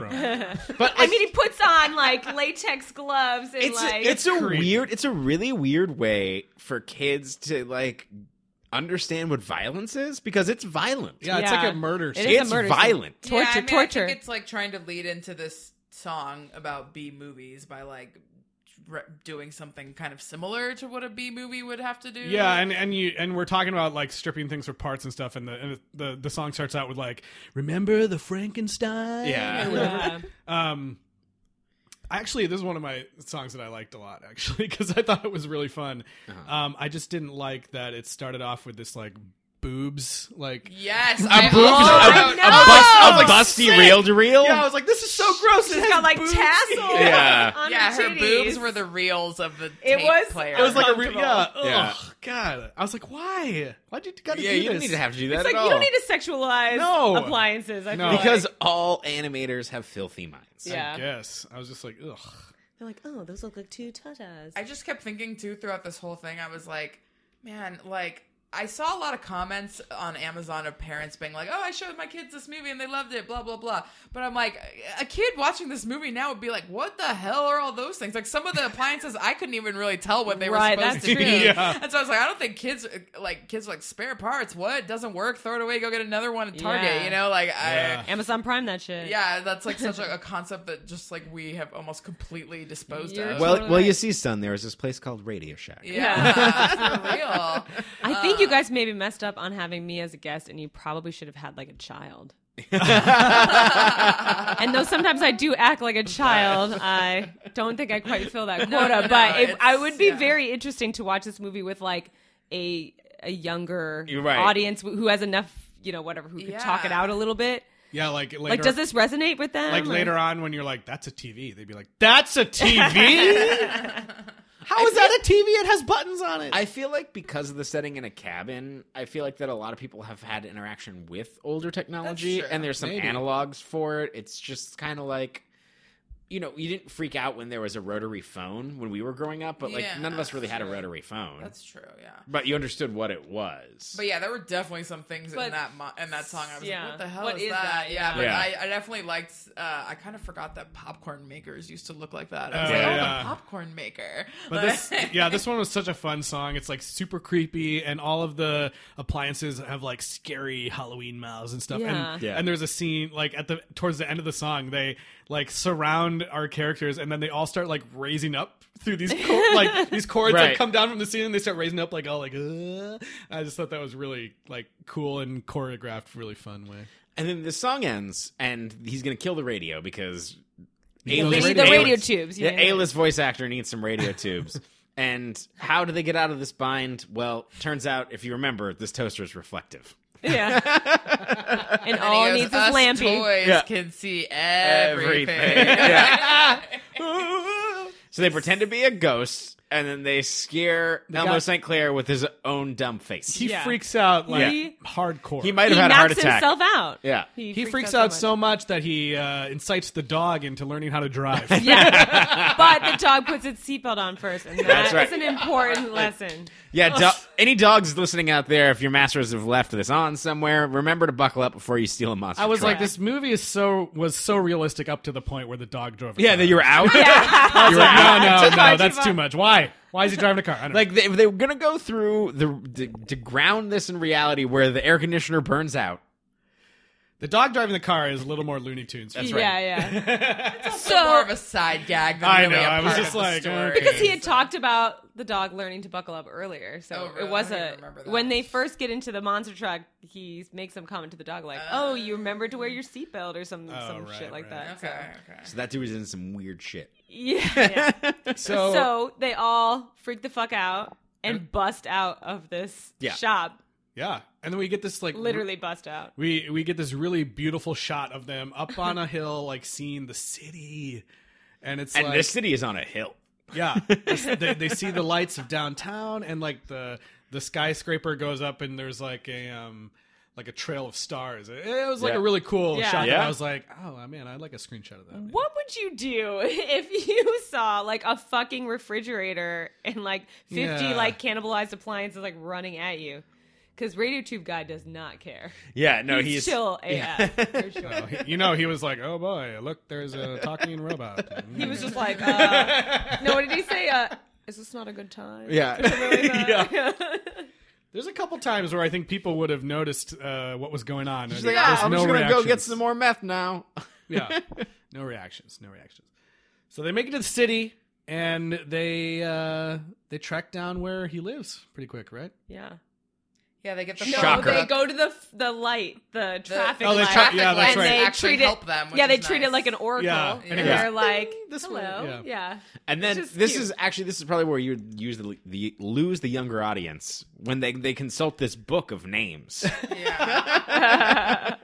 S1: idea
S3: but
S4: I mean, he puts on like latex gloves and
S3: it's
S4: like
S3: it's a
S1: creepy.
S3: weird it's a really weird way for kids to like understand what violence is because it's violent
S1: from. Yeah, it's
S4: Yeah.
S1: like a murder.
S4: It
S1: scene.
S4: is a
S3: it's
S4: murder scene.
S3: violent
S4: torture,
S2: I mean, I
S4: torture.
S2: think it's like trying to lead into this song about B movies by like re- doing something kind of similar to what a B movie would have to do.
S1: Yeah, and and you and we're talking about like stripping things for parts and stuff, and the and the the song starts out with like, "Remember the Frankenstein."
S3: Yeah.
S4: Yeah.
S1: Um, actually, this is one of my songs that I liked a lot, actually, because I thought it was really fun.
S3: Uh-huh.
S1: Um, I just didn't like that it started off with this like boobs, like
S2: yes,
S1: a
S2: I
S1: boob-
S2: also
S1: a-
S2: wrote-
S1: a bust-
S3: a busty reel to reel.
S1: Yeah, I was like, this is so gross. It
S4: She's
S1: has
S4: got like
S1: boobs.
S4: tassels.
S3: Yeah.
S4: on
S2: yeah, her
S4: titties.
S2: boobs were the reels of the
S4: It
S2: tape
S4: was-
S2: player.
S1: It was like a re-
S4: Uncomfortable.
S1: yeah. Ugh,
S3: Yeah.
S1: God, I was like, why? Why'd you gotta
S3: yeah,
S1: do
S3: you
S1: this?
S3: don't need to have to do that
S4: It's
S3: at
S4: like
S3: all.
S4: you don't need to sexualize
S1: No.
S4: appliances. I
S1: No.
S4: feel
S3: because
S4: like.
S3: all animators have filthy minds.
S4: yeah,
S1: Yes, I was just like, ugh.
S4: they're like, oh, those look like two tatas.
S2: I just kept thinking too throughout this whole thing. I was like, man, like I saw a lot of comments on Amazon of parents being like, "Oh, I showed my kids this movie and they loved it," blah blah blah. But I'm like, a kid watching this movie now would be like, "What the hell are all those things?" Like some of the appliances, I couldn't even really tell what they
S4: Right,
S2: were supposed
S4: that's
S2: to
S4: true.
S2: be.
S1: Yeah.
S2: And so I was like, I don't think kids like kids are like spare parts. What doesn't work? Throw it away. Go get another one at Target.
S4: Yeah.
S2: You know, like
S1: Yeah.
S2: I.
S4: Amazon Prime that shit.
S2: Yeah, that's like such a, a concept that just like we have almost completely disposed
S4: You're
S2: of.
S3: Well,
S4: Totally
S3: well,
S4: right.
S3: you see, son, there is this place called Radio Shack.
S2: Yeah, for real.
S4: I think
S2: uh,
S4: you guys maybe messed up on having me as a guest, and you probably should have had like a child. and though sometimes I do act like a child, I don't think I quite fill that
S2: no,
S4: quota. but it,
S2: it's-
S4: I would be
S2: yeah.
S4: very interesting to watch this movie with like a a younger
S3: You're right.
S4: audience who has enough, you know, whatever, who could talk it
S2: Yeah.
S4: out a little bit.
S1: Yeah, like later,
S4: Like, does this resonate with them?
S1: like
S4: Or-
S1: later on when you're like, that's a TV, they'd be like, that's a TV. How is that a TV? It has buttons on it.
S3: I feel like because of the setting in a cabin, I feel like that a lot of people have had interaction with older technology,
S2: true.
S3: and there's some
S1: Maybe.
S3: analogs for it. It's just kind of like, you know, you didn't freak out when there was a rotary phone when we were growing up, but like
S2: Yeah,
S3: none of us really had a
S2: true.
S3: rotary phone.
S2: That's true, yeah.
S3: but you understood what it was.
S2: But yeah, there were definitely some things
S4: But-
S2: in that mo- in that song. I was
S4: yeah.
S2: like, "What the hell
S4: What
S2: is
S4: is
S2: that?"
S4: that?
S2: Yeah, but
S3: Yeah.
S2: I, I definitely liked. Uh, I kind of forgot that popcorn makers used to look like that. I was
S1: Oh,
S2: like, "Oh,
S1: yeah.
S2: the popcorn maker."
S1: But this, yeah, this one was such a fun song. It's like super creepy, and all of the appliances have like scary Halloween mouths and stuff.
S4: Yeah.
S1: And,
S3: Yeah.
S1: and there's a scene like at the towards the end of the song, they like surround our characters, and then they all start like raising up through these co- like these chords that
S3: Right.
S1: come down from the ceiling. And they start raising up like all like. Uh, I just thought that was really like cool and choreographed, really fun way.
S3: and then the song ends, and he's gonna kill the radio because
S1: The
S4: They
S1: Those
S4: need the
S1: radio
S4: radio tubes.
S3: The
S4: yeah.
S3: A-list voice actor needs some radio tubes. And how do they get out of this bind? Well, turns out if you remember, this toaster is reflective.
S4: Yeah. and all
S2: He goes,
S4: needs is
S2: "Us
S4: lampy.
S2: Toys
S3: Yeah.
S2: can see everything.
S3: Yeah. so they pretend to be a ghost, and then they scare Elmo
S1: guy-
S3: St. Clair with his own dumb face.
S1: He
S3: He,
S4: Yeah.
S1: freaks out like
S4: Yeah.
S1: hardcore.
S3: might have
S4: he
S3: had a
S4: knocks
S3: heart attack.
S4: himself out.
S3: Yeah.
S1: He freaks out so much that he uh, incites the dog into learning how to drive.
S4: Yeah, but the dog puts its seatbelt on first, and
S3: That's
S4: that's
S3: right.
S4: an important lesson.
S3: Yeah, do- any dogs listening out there, if your masters have left this on somewhere, remember to buckle up before you steal a monster.
S1: I was
S3: truck.
S1: like, this movie is so was so realistic up to the point where the dog drove. A
S3: yeah,
S1: car.
S3: that you were out.
S4: Yeah,
S1: You were like, "Ah, no, no, no,
S4: far,
S1: that's
S4: too
S1: too much. Why? Why is he driving a car? I don't
S3: Like they, if they were gonna go through the, the to ground this in reality, where the air conditioner burns out.
S1: know. the dog driving the car is a little more Looney Tunes. That's
S4: yeah, yeah.
S2: So more
S4: so
S2: of a side gag than
S1: I
S2: really
S1: know,
S2: a
S1: I was
S2: part
S1: just
S2: of the
S1: like,
S2: story.
S1: okay.
S4: because he had talked about the dog learning to buckle up earlier, so
S2: Oh, really?
S4: it
S2: I
S4: was
S2: don't
S4: a
S2: even remember that.
S4: when they first get into the monster truck, he makes some comment to the dog like, "Oh, you remember to wear your seatbelt or some
S1: Oh,
S4: some
S1: right,
S4: shit like
S1: right.
S4: that." So-
S2: Okay, okay.
S3: So that dude was in some weird shit.
S4: yeah. yeah.
S1: So,
S4: so they all freak the fuck out and bust out of this
S3: Yeah.
S4: shop.
S1: yeah, and then we get this like
S4: Literally bust out.
S1: we we get this really beautiful shot of them up on a hill, like seeing the city, and it's
S3: And
S1: like
S3: this city is on a hill.
S1: yeah, they, they see the lights of downtown, and like the the skyscraper goes up, and there's like a um like a trail of stars. It, it was like
S3: Yeah.
S1: a really cool
S4: Yeah.
S1: shot. that
S3: Yeah.
S1: I was like, oh man, I'd like a screenshot of that.
S4: What would you do if you saw like a fucking refrigerator and like 50
S1: Yeah.
S4: like cannibalized appliances like running at you? Because Radio Tube Guy does not care.
S3: Yeah, no,
S4: he's, chill AF for sure.
S1: Oh, he- you know, he was like, "Oh boy, look, there's a talking robot."
S4: He was just like, uh, no, what did he say? Uh, is this not a good time?
S3: Yeah,
S4: Really, uh,
S1: Mm-hmm. There's a couple times where I think people would have noticed uh, what was going on.
S3: She's like,
S1: There's
S3: "Ah, I'm just gonna go get
S1: reactions."
S3: some more meth now.
S1: yeah, no reactions, no reactions. So they make it to the city, and they uh, they track down where he lives pretty quick, right?
S4: Yeah.
S2: Yeah, they get the
S4: No,
S3: Shocker.
S4: they go to the f- the light, the traffic
S1: Oh, they
S4: light,
S1: tra- yeah, that's
S4: and
S1: right.
S4: they
S2: Actually
S4: treat it.
S2: help them, which
S4: yeah, they
S2: is
S4: treat it
S2: nice.
S4: like an oracle,
S1: Yeah, and
S4: and
S1: it
S4: they're
S1: goes,
S4: like,
S1: "Ding, this way,"
S4: "Hello, yeah.
S3: And then
S4: It's just
S3: this
S4: cute.
S3: is actually this is probably where you would use the, the lose the younger audience when they they consult this book of names
S2: Yeah.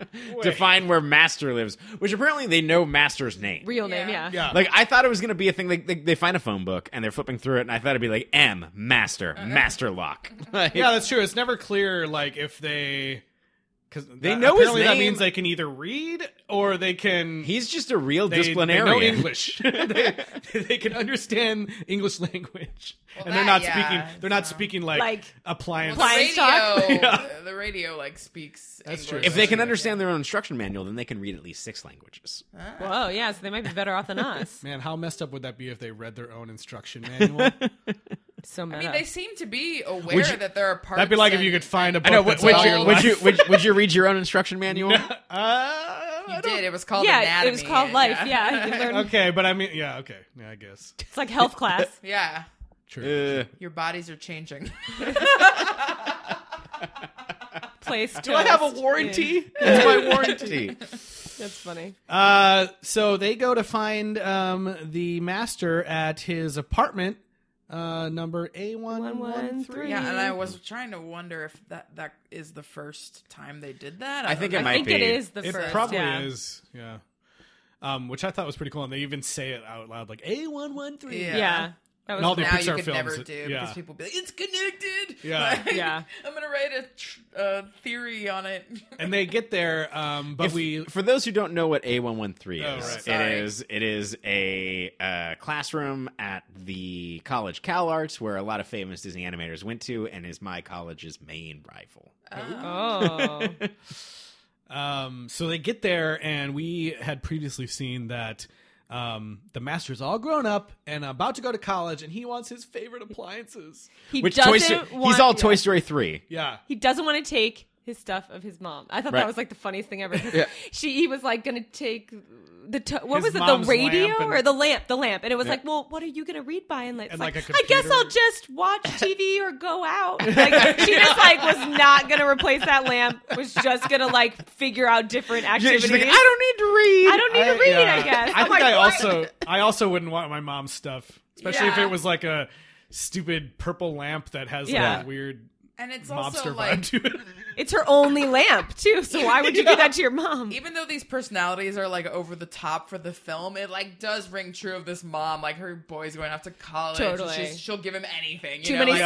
S3: to find where Master lives, which apparently they know Master's name.
S4: real name,
S2: Yeah.
S4: yeah,
S1: Yeah.
S3: Like I thought it was gonna be a thing. Like they, they find a phone book and they're flipping through it, and I thought it'd be like M Master Master Lock. Like,
S1: yeah, that's true. It's never clear like if they because
S3: They know his
S1: apparently that
S3: name.
S1: means they can either read or they can.
S3: He's just a real
S1: they, they
S3: disciplinarian.
S1: know English. they, they can understand English language,
S2: Well,
S1: and they're
S2: that,
S1: not
S2: yeah,
S1: speaking. They're not
S2: so-
S1: speaking like,
S4: Like-
S1: appliance.
S4: Appliance.
S2: radio,
S4: talk.
S2: the radio like speaks.
S1: That's
S2: English.
S1: true.
S3: If they can understand their own instruction manual, then they can read at least six languages.
S4: Whoa, yeah. So they might be better off than us.
S1: Man, how messed up would that be if they read their own instruction manual?
S4: So meta.
S2: I mean, they seem to be aware
S3: Would you-
S2: that there are parts.
S1: That'd be like if
S2: and-
S1: you could find a book.
S3: I know. Would,
S1: that's
S3: would
S1: about
S3: you,
S1: your
S3: would,
S1: life.
S3: you, would, you- would you read your own instruction manual?
S1: Uh,
S2: You did. It was called
S4: yeah,
S2: anatomy.
S4: it was called life. Yeah, you can learn.
S1: okay, but I mean, yeah, okay, yeah, I guess.
S4: It's like health class.
S2: Yeah.
S1: True.
S3: Uh,
S2: Your bodies are changing.
S4: Place.
S1: Do I have a warranty?
S3: that's my warranty.
S4: That's funny.
S1: Uh, so they go to find um, the master at his apartment, uh, number A one one three.
S2: yeah, and I was trying to wonder if that that is the first time they did that.
S3: I think
S2: don't
S3: it
S2: know.
S4: I
S3: might
S4: think
S3: be.
S4: it is the
S1: It
S4: first.
S1: probably
S4: yeah.
S1: is. Yeah. Um, which I thought was pretty cool, and they even say it out loud, like A one one three.
S4: Yeah. That was
S1: And all the
S2: Now you
S1: Pixar
S2: could
S1: films
S2: never
S1: that-
S2: do
S1: yeah.
S2: because people be like, it's connected.
S1: Yeah.
S2: Like,
S4: Yeah.
S2: I'm gonna write a tr- uh, theory on it.
S1: And they get there, um, but
S3: If-
S1: we
S3: for those who don't know what A113
S1: Oh,
S3: is,
S1: right.
S2: Sorry.
S3: it is it is a uh, classroom at the College CalArts where a lot of famous Disney animators went to, and is my college's main rival.
S1: Uh,
S4: Oh,
S1: Um, so they get there, and we had previously seen that um, the master's all grown up and about to go to college, and he wants his favorite appliances.
S4: he
S3: Which Toy
S4: doesn't.
S3: Story,
S4: want,
S3: he's all
S4: yeah.
S3: Toy Story three.
S1: Yeah.
S4: He doesn't want to take his stuff of his mom. I thought
S3: Right.
S4: that was like the funniest thing ever. She he was like going to take the to- what
S1: His
S4: was it the
S1: mom's
S4: radio
S1: lamp and-
S4: or the lamp the lamp and it was like well what are you going to read by and, like,
S1: And,
S4: like,
S1: like, a
S4: I guess
S1: computer.
S4: I'll just watch TV or go out. Like she just like was not going to replace that lamp. Was just going to like figure out different
S3: She's
S4: activities.
S3: like, I don't need to read.
S4: I don't need to read. I guess
S1: I
S4: I'm
S1: think
S4: like,
S1: I
S4: "What?"
S1: also I also wouldn't want my mom's stuff, especially if
S2: Yeah.
S1: it was like a stupid purple lamp that has
S4: Yeah.
S1: like a weird
S2: and it's also
S1: mobster
S2: like
S1: vibe to it.
S4: It's her only lamp too. So why would you do that to your mom?
S2: even though these personalities are like over the top for the film, it like does ring true of this mom. Like her boy's going off to college. and
S4: Totally.
S2: she's- she'll give him anything. you
S4: Too
S2: know,
S4: many
S2: like,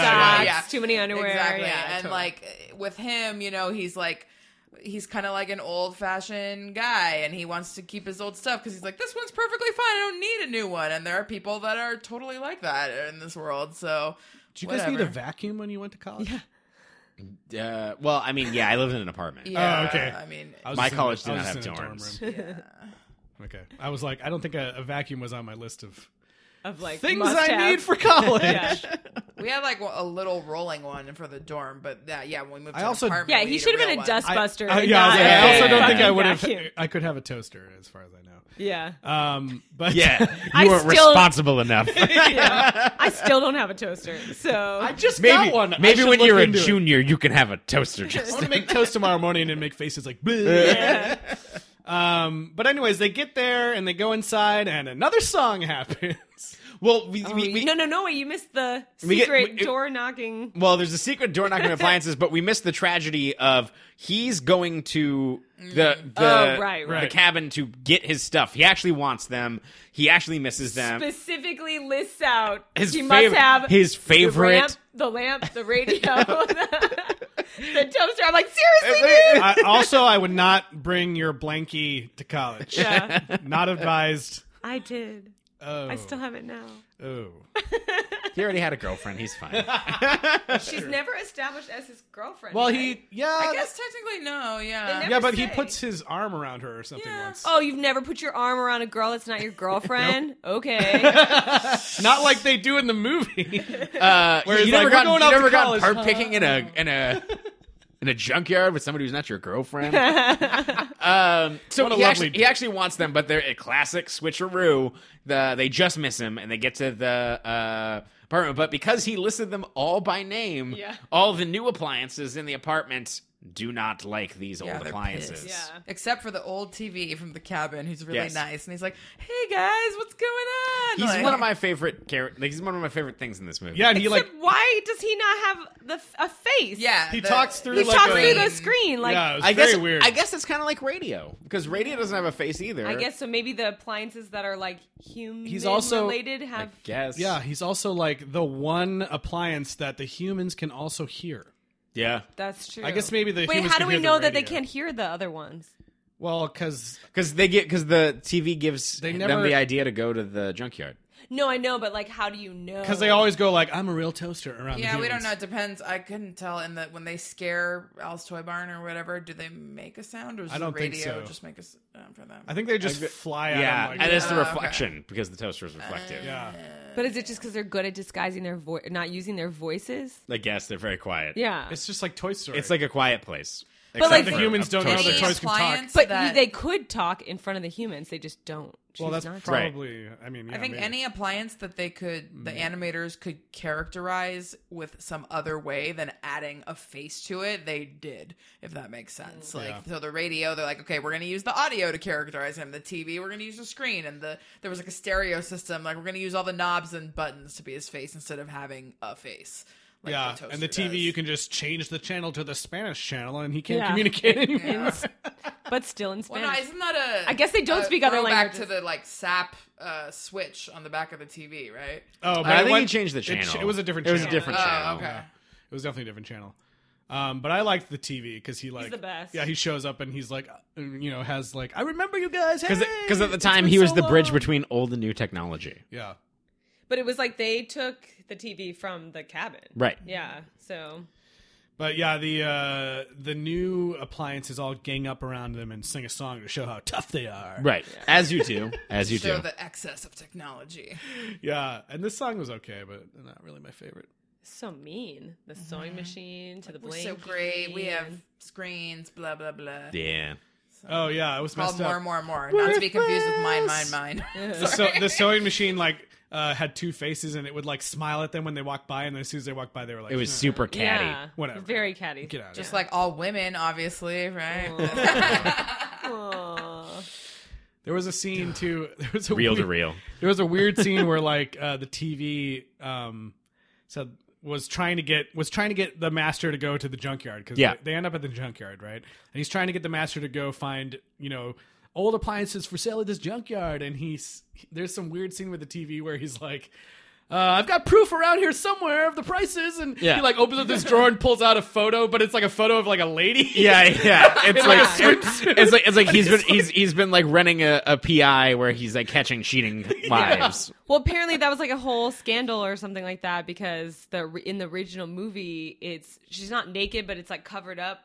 S1: socks,
S4: too many underwear,
S2: Exactly.
S4: yeah,
S2: and
S4: totally.
S2: like with him, you know, he's like. He's kind of like an old fashioned guy and he wants to keep his old stuff because he's like, this one's perfectly fine. I don't need a new one. And there are people that are totally like that in this world. So,
S1: Did you guys need a
S2: whatever.
S1: vacuum when you went to college? Yeah.
S3: Uh, well, I mean, yeah, I live in an apartment.
S2: Yeah,
S1: Oh, okay.
S2: I mean,
S1: I was
S3: My
S1: just in-
S3: college did
S1: I was
S3: not
S1: just
S3: have
S1: in a dorm
S3: dorms.
S1: room. Okay, I was like, I don't think a, a vacuum was on my list of
S4: Of like
S1: things
S4: must
S1: I
S4: have.
S1: need for college.
S4: Yeah.
S2: We had like a little rolling one for the dorm, but that yeah, when we moved
S1: I
S2: to an
S1: also-
S2: apartment, we
S4: Yeah, he
S2: need
S4: should have
S2: real
S4: been a
S2: one.
S4: dust
S1: I-
S4: buster.
S1: I,
S4: and
S1: yeah, I, was
S4: not
S1: like, I
S4: a
S1: also don't think I
S4: fucking
S1: would have.
S4: vacuum.
S1: I could have a toaster, as far as I know.
S4: Yeah.
S1: Um, but
S3: Yeah,
S4: I
S3: you weren't
S4: still-
S3: responsible enough.
S4: yeah. I still don't have a toaster. So
S1: I just
S3: maybe
S1: got one. I
S3: maybe
S1: should
S3: when
S1: look
S3: you're a
S1: into it.
S3: junior, you can have a toaster.
S1: I
S3: Just
S1: want to make toast tomorrow morning and make faces like. "Bleh." Um, but anyways, they get there and they go inside, and another song happens. Oh,
S3: well, we, we, we
S4: no, no, no! Wait, you missed the
S3: We get-
S4: secret
S3: we- it-
S4: door knocking.
S3: Well, there's a secret door knocking appliances, but we missed the tragedy of he's going to the the,
S4: Oh, right,
S1: right.
S3: the cabin to get his stuff. He actually wants them. He actually misses them.
S4: Specifically, lists out
S3: His
S4: he
S3: fav-
S4: must have
S3: his favorite-
S4: the lamp, the, lamp, the radio, the, the toaster. I'm like, seriously, dude?
S1: I, also, I would not bring your blankie to college.
S4: Yeah.
S1: Not advised.
S4: I did.
S1: Oh,
S4: I still have it now.
S1: oh.
S3: he already had a girlfriend. He's fine.
S4: She's never established as his girlfriend.
S1: Well,
S4: right?
S1: he yeah,
S2: I guess technically no, yeah.
S4: They
S1: yeah,
S4: never
S1: but he
S4: say.
S1: puts his arm around her or something
S2: Yeah.
S1: once.
S4: Oh, you've never put your arm around a girl that's not your girlfriend? Okay.
S1: Not like they do in the movie.
S3: Uh,
S1: Whereas,
S3: you
S1: like,
S3: never
S1: we're
S3: got
S1: going
S3: you
S1: off
S3: never
S1: to Uh-huh.
S3: got
S1: college.
S3: part picking in a in a in a junkyard with somebody who's not your girlfriend. um, so
S1: What a
S3: he
S1: lovely-
S3: actually, he actually wants them, but they're a classic switcheroo. The they just miss him, and they get to the uh, apartment. But because he listed them all by name,
S4: Yeah.
S3: all the new appliances in the apartment do not like these
S2: Yeah,
S3: old
S2: they're
S3: appliances.
S2: pissed. Except for the old TV from the cabin, who's really
S3: Yes.
S2: nice, and he's like, "Hey guys, what's going on?"
S3: He's
S2: Like-
S3: one of my favorite characters. Like, he's one of my favorite things in this movie.
S1: Yeah, and he like
S4: Except why does he not have the f- a face?
S2: yeah.
S1: He talks through
S4: he
S1: like
S4: talks
S1: a-
S4: through the screen. Like
S1: yeah, it was
S3: I
S1: very
S3: guess
S1: weird.
S3: I guess it's kind of like radio because radio doesn't have a face either.
S4: I guess so. Maybe the appliances that are like human
S1: also-
S4: related
S3: I
S4: have.
S3: guess.
S1: yeah, he's also like the one appliance that the humans can also hear.
S3: Yeah.
S4: That's true.
S1: I guess maybe the
S4: Wait,
S1: humans
S4: how
S1: can
S4: do we
S1: hear the
S4: know that they
S1: radio.
S4: can't hear the other ones?
S1: Well, because
S3: Because they get because the TV gives
S1: They
S3: them
S1: never-
S3: the idea to go to the junkyard.
S4: No, I know, but like, how do you know?
S1: because they always go like, "I'm a real toaster." Around
S2: Oh. Yeah,
S1: the
S2: we don't
S1: humans.
S2: know. It depends. I couldn't tell in that when they scare Al's Toy Barn or whatever, do they make a sound or does
S1: I don't
S2: the
S1: think
S2: radio
S1: so.
S2: just make a sound for them?
S1: I think they just
S3: I g-
S1: fly out.
S3: yeah,
S1: on, like, "Ah,
S3: and it's the
S2: Oh, okay.
S3: reflection because the toaster is reflective.
S1: yeah.
S4: But is it just because they're good at disguising their voice, not using their voices?
S3: I guess they're very quiet.
S4: Yeah.
S1: It's just like Toy Story.
S3: it's like a quiet place.
S4: But, like,
S3: Except
S4: The
S3: for
S1: humans
S3: a
S1: don't know
S3: toaster.
S1: their
S2: Any
S1: toys can talk.
S2: appliance
S4: but
S2: that-
S4: you- they could talk in front of the humans. They just don't.
S1: well,
S4: Choose
S1: that's
S4: not to.
S3: Right.
S1: probably. I mean, yeah, Mm-hmm.
S2: I think
S1: maybe.
S2: any appliance that they could, the animators could characterize with some other way than adding a face to it, they did, if that makes
S1: Mm.
S2: sense. Like, so the radio, they're like, okay, we're going to use the audio to characterize him. The TV, we're going to use the screen. And the there was like a stereo system. Like, we're going to use all the knobs and buttons to be his face instead of having a face. Like
S1: yeah, and the
S2: toaster
S1: TV
S2: does.
S1: you can just change the channel to the Spanish channel, and he can't
S4: Yeah.
S1: communicate anymore.
S4: But still in
S2: Well,
S4: Spanish.
S2: no, isn't that a?
S4: I guess they don't
S2: a
S4: speak other
S2: throwback
S4: languages.
S2: to the like sap uh, switch on the back of the TV, right?
S1: Oh, but
S3: I
S1: it
S3: think
S1: went-
S3: he changed the
S1: it ch-
S3: channel.
S1: It, was a different.
S3: It
S1: channel.
S3: was a different
S2: Oh,
S3: channel.
S2: okay.
S1: Yeah. It was definitely a different channel. Um, but I liked the TV because he like
S4: the best.
S1: Yeah, he shows up and he's like, uh, you know, has like, I remember you guys
S3: Because
S1: hey,
S3: at the
S1: it's
S3: time
S1: been
S3: he was
S1: so
S3: the bridge
S1: long."
S3: between old and new technology.
S1: Yeah,
S4: but it was like they took the TV from the cabin.
S3: Right.
S4: Yeah. So
S1: but yeah, the uh, the new appliances all gang up around them and sing a song to show how tough they are.
S3: Right. As you do. As you
S2: Show
S3: do.
S2: the excess of technology.
S1: Yeah, and this song was okay, but not really my favorite.
S4: so mean. The sewing machine to the
S2: Mm-hmm. We're
S4: blanket.
S2: so great. We have screens. Blah blah blah.
S3: Yeah.
S1: Oh yeah, it was
S2: Called
S1: messed
S2: more,
S1: up.
S2: more, more. Not to be confused with mine, mine, mine.
S1: The, sew- the sewing machine like uh, had two faces, and it would like smile at them when they walked by, and as soon as they walked by, they were like,
S3: It was
S1: "Nah,
S3: super catty.
S4: Yeah.
S1: Whatever.
S4: Very catty.
S1: Get out of
S2: Just
S1: here.
S2: like all women, obviously, right?
S4: Aw.
S1: There was a scene too. There was a
S3: Real to
S1: weird-
S3: real.
S1: There was a weird scene where like uh, the TV um, said was trying to get was trying to get the master to go to the junkyard because
S3: Yeah.
S1: they, they end up at the junkyard, right? And he's trying to get the master to go find you know old appliances for sale at this junkyard, and he's there's some weird scene with the TV where he's like. Uh, I've got proof around here somewhere of the prices, and
S3: Yeah.
S1: he like opens up this drawer and pulls out a photo, but it's like a photo of like a lady.
S3: Yeah, yeah. It's
S1: like a
S3: like
S1: swimsuit.
S3: it's like it's like he's been he's he's been like running a, a PI where he's like catching cheating wives.
S4: Well, apparently that was like a whole scandal or something like that because the in the original movie, it's she's not naked, but it's like covered up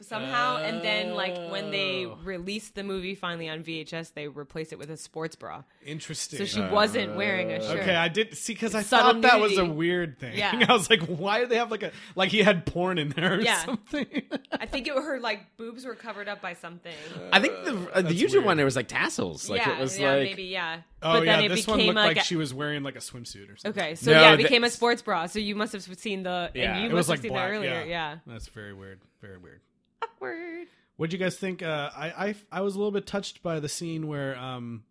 S4: somehow. And then like when they
S1: Oh.
S4: released the movie finally on VHS, they replaced it with a sports bra,
S1: Interesting.
S4: so she wasn't wearing a shirt.
S1: Okay, I did see because I
S4: Subtle
S1: thought that was a
S4: nudity.
S1: weird thing.
S4: Yeah.
S1: I was like, why do they have like a like he had porn in there or
S4: Yeah.
S1: something?
S4: I think it her like boobs were covered up by something.
S3: I think the uh, the usual one there was like tassels. Like
S4: yeah,
S3: it was
S4: yeah,
S3: like
S4: maybe, yeah.
S1: oh
S4: but
S1: yeah,
S4: then it
S1: this one
S4: became
S1: looked like,
S4: a,
S1: she was wearing like a swimsuit or something.
S4: okay, so
S3: No,
S4: yeah, it
S3: the-
S4: became a sports bra. So you must have seen the
S3: Yeah.
S4: and you
S1: It was
S4: must have
S1: like
S4: seen
S1: black.
S4: that earlier.
S1: yeah,
S4: Yeah,
S1: that's very weird. Very weird.
S4: awkward.
S1: What'd you guys think? Uh, I, I I was a little bit touched by the scene where um,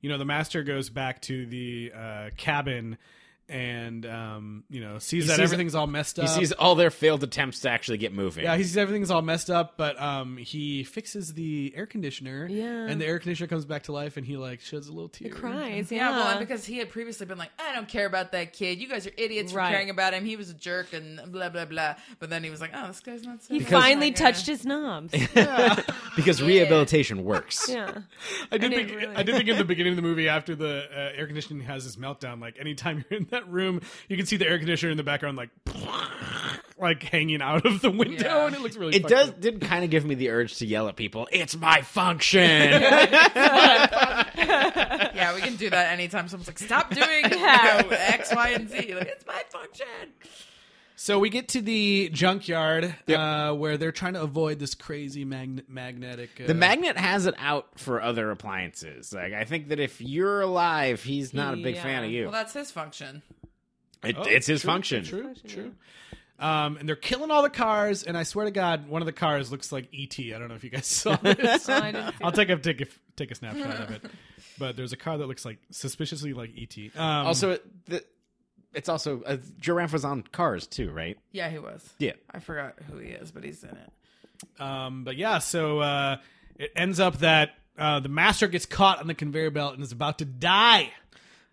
S1: you know, the master goes back to the uh, cabin and um, you know, sees
S3: He
S1: that
S3: sees-
S1: everything's all messed
S3: he
S1: up.
S3: sees all their failed attempts to actually get moving.
S1: Yeah, he sees everything's all messed up, but um, he fixes the air conditioner.
S4: Yeah.
S1: and the air conditioner comes back to life, and he like sheds a little tear.
S4: Cries.
S2: Yeah, well, and because he had previously been like, I don't care about that kid. You guys are idiots
S4: Right.
S2: for caring about him. He was a jerk and blah blah blah. But then he was like, oh, this guy's not. So
S4: He
S2: bad.
S4: finally
S2: Yeah.
S4: touched his knobs.
S3: because rehabilitation works.
S4: yeah.
S1: I did
S4: And it
S1: think
S4: really-
S1: I did think in the beginning of the movie after the uh, air conditioning has his meltdown, like anytime you're in that room, you can see the air conditioner in the background, like like hanging out of the window,
S2: Yeah.
S1: and it looks really.
S3: It
S1: fucked
S3: does
S1: up.
S3: did kind of give me the urge to yell at people. It's my function.
S2: Yeah, we can do that anytime someone's like, stop doing you know, X, Y, and Z. Like, it's my function.
S1: So we get to the junkyard
S3: Yep.
S1: uh, where they're trying to avoid this crazy magne- magnetic. Uh,
S3: The magnet has it out for other appliances. Like I think that if you're alive, he's not a big
S4: Yeah.
S3: fan of you.
S2: Well, that's his function.
S3: It,
S1: Oh,
S3: it's his
S1: true,
S3: function.
S1: True, true. Um, and they're killing all the cars, and I swear to God, one of the cars looks like ET. I don't know if you guys saw this.
S4: I didn't see
S1: I'll take a take a take a snapshot of it. But there's a car that looks like suspiciously like ET. Um,
S3: Also, it- the, it's also uh, Giraffe was on Cars too, right?
S2: Yeah, he was.
S3: Yeah.
S2: I forgot who he is, but he's in it.
S1: Um, but yeah, so uh, it ends up that uh, the master gets caught on the conveyor belt and is about to die.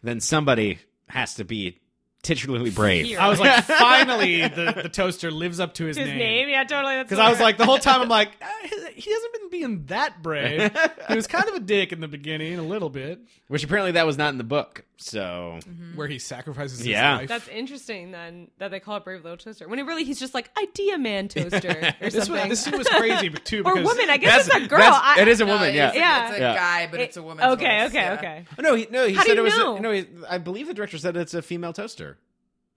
S3: Then somebody has to be titularly brave.
S1: I was like, finally, the, the toaster lives up to his,
S4: his name. Yeah, totally. That's
S1: Because I was like, the whole time, I'm like, uh, he hasn't been being that brave. He was kind of a dick in the beginning, a little bit,
S3: Which apparently that was not in the book. So
S1: where he sacrifices
S3: Yeah.
S1: his life.
S4: That's interesting then that they call it Brave Little Toaster. When it really he's just like idea man toaster or
S1: this, was,
S4: something.
S1: this scene was crazy, but too,
S4: or
S1: because
S4: woman, I guess it's a girl.
S3: that's-
S4: I,
S3: it is a woman.
S2: No,
S3: yeah.
S2: It's,
S4: Yeah.
S2: it's a
S3: Yeah.
S2: guy, but it's a woman.
S4: Okay, okay, okay.
S3: No, he no. He
S4: How do
S3: said
S4: you
S3: it was.
S4: know?
S3: A, no, he, I believe the director said it's a female toaster.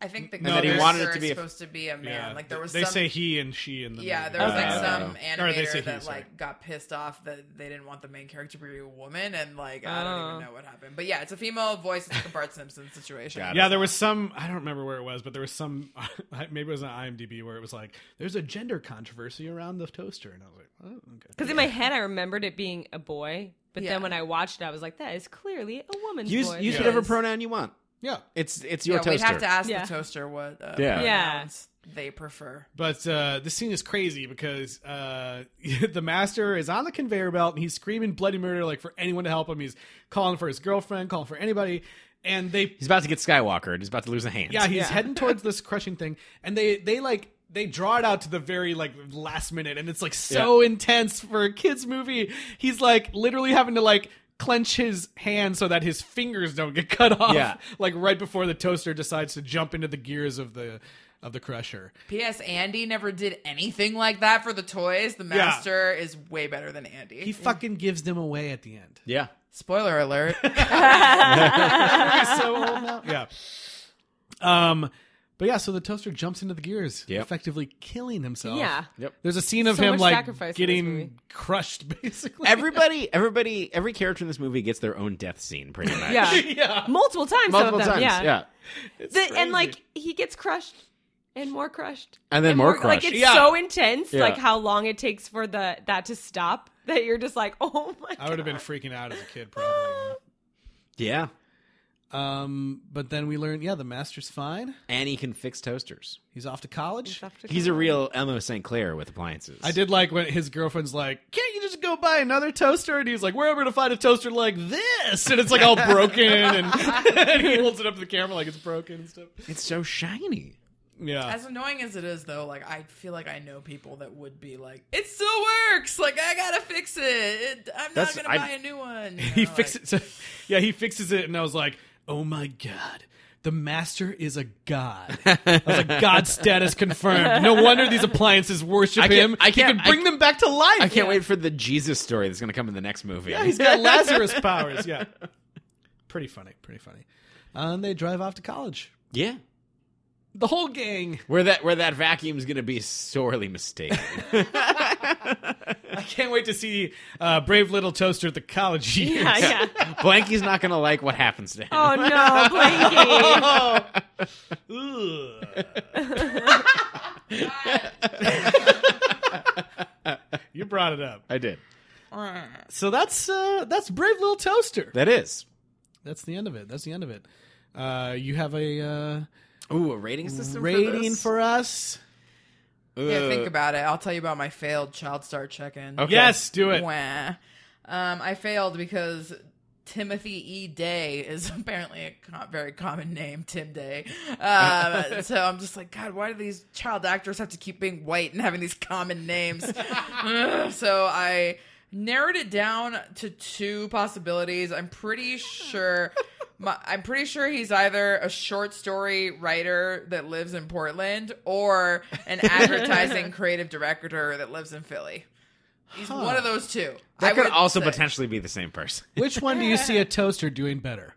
S2: I think the
S1: that he
S2: character
S3: wanted it to
S2: is
S3: be a-
S2: supposed to be a man.
S1: Yeah,
S2: like there was
S1: they
S2: some,
S1: say he and she in the
S2: yeah,
S1: movie.
S2: there was
S3: Uh,
S2: like some
S1: Or they
S2: animator
S1: say he,
S2: that
S1: sorry.
S2: like got pissed off that they didn't want the main character to be a woman, and like I don't
S4: Oh.
S2: even know what happened. But yeah, it's a female voice. It's like a Bart Simpson situation.
S3: Got it.
S1: Yeah, there was some. I don't remember where it was, but there was some. Maybe it was on IMDb where it was like, "There's a gender controversy around the toaster," and I was like, "Oh, okay."
S4: Because in my head, I remembered it being a boy, but
S2: Yeah.
S4: then when I watched it, I was like, that is clearly a woman's
S3: Use
S4: voice.
S3: use
S1: Yeah.
S3: whatever pronoun you want.
S1: Yeah,
S3: It's it's your
S2: Yeah, we'd
S3: toaster.
S2: have to ask
S4: Yeah.
S2: the toaster what uh,
S3: Yeah.
S4: Yeah.
S2: pronouns they prefer.
S1: But uh, this scene is crazy because uh, the master is on the conveyor belt and he's screaming bloody murder like for anyone to help him. He's calling for his girlfriend, calling for anybody, and they
S3: He's about to get Skywalker. He's about to lose a hand.
S1: yeah he's heading towards this crushing thing, and they they like they draw it out to the very like last minute, and it's like so intense for a kids movie. He's like literally having to like clench his hand so that his fingers don't get cut off
S3: Yeah.
S1: like right before the toaster decides to jump into the gears of the of the crusher.
S2: P.S. Andy never did anything like that for the toys. The master is way better than Andy.
S1: He fucking gives them away at the end.
S3: yeah.
S2: Spoiler alert.
S1: so old now. Yeah. Um, but yeah, so the toaster jumps into the gears,
S3: Yep.
S1: effectively killing himself.
S4: Yeah.
S3: Yep.
S1: There's a scene of
S4: So
S1: him
S4: much sacrifice in
S1: like
S4: this movie.
S1: getting crushed, basically.
S3: Everybody, everybody, every character in this movie gets their own death scene, pretty much.
S4: Yeah. Multiple times.
S3: multiple
S4: some of them.
S3: times.
S4: Yeah.
S3: Yeah.
S4: The- and like, he gets crushed and more crushed.
S3: And then more crushed.
S4: Like, it's
S3: Yeah.
S4: so intense,
S3: Yeah.
S4: like, how long it takes for the that to stop that you're just like, oh my
S1: I would have been freaking out as a kid, probably.
S3: yeah.
S1: um, but then we learn, yeah, the master's fine.
S3: And he can fix toasters.
S1: He's off to college.
S4: God.
S3: He's a real Elmo St. Clair with appliances.
S1: I did like when his girlfriend's like, "Can't you just go buy another toaster?" And he's like, "Where am I going to find a toaster like this?" And it's like all broken, and, and he holds it up to the camera like it's broken and stuff.
S3: It's so shiny.
S1: Yeah,
S2: As annoying as it is, though, like I feel like I know people that would be like, "It still works. Like I gotta fix it. it I'm
S3: That's-
S2: not
S3: I-
S2: gonna buy a new one." You
S1: he
S2: know,
S1: fixes
S2: like-
S1: it. so- yeah, he fixes it, and I was like, "Oh my god, the master is a god." I was like, "God status confirmed. No wonder these appliances worship
S3: I can't-
S1: him.
S3: I
S1: he
S3: can't-
S1: can bring
S3: I-
S1: them back to life.
S3: I can't wait for the Jesus story that's going to come in the next movie.
S1: Yeah, he's got Lazarus powers. Yeah, pretty funny. Pretty funny." Uh, And they drive off to college.
S3: yeah.
S1: The whole gang.
S3: Where that where that vacuum's going to be sorely mistaken.
S1: I can't wait to see uh, Brave Little Toaster at the college years.
S4: Yeah, yeah.
S3: Blanky's not going to like what happens to him.
S4: Oh no, Blanky.
S1: Oh. you brought it up.
S3: I did.
S1: So that's uh, that's Brave Little Toaster.
S3: That is.
S1: That's the end of it. That's the end of it. Uh, you have a uh,
S3: Ooh, a rating system
S1: rating
S3: for, this?
S1: for us.
S2: yeah, think about it. I'll tell you about my failed child star check-in.
S3: Okay.
S1: Yes, do it.
S2: Wah. Um, I failed because Timothy E. Day is apparently a co- very common name, Tim Day. Um, so I'm just like, God, why do these child actors have to keep being white and having these common names? Ugh. so I narrowed it down to two possibilities. I'm pretty sure. My, I'm pretty sure he's either a short story writer that lives in Portland or an advertising creative director that lives in Philly. He's one of those two.
S3: That
S2: I
S3: could
S2: would
S3: also
S2: say.
S3: potentially be the same person.
S1: Which one do you see a toaster doing better?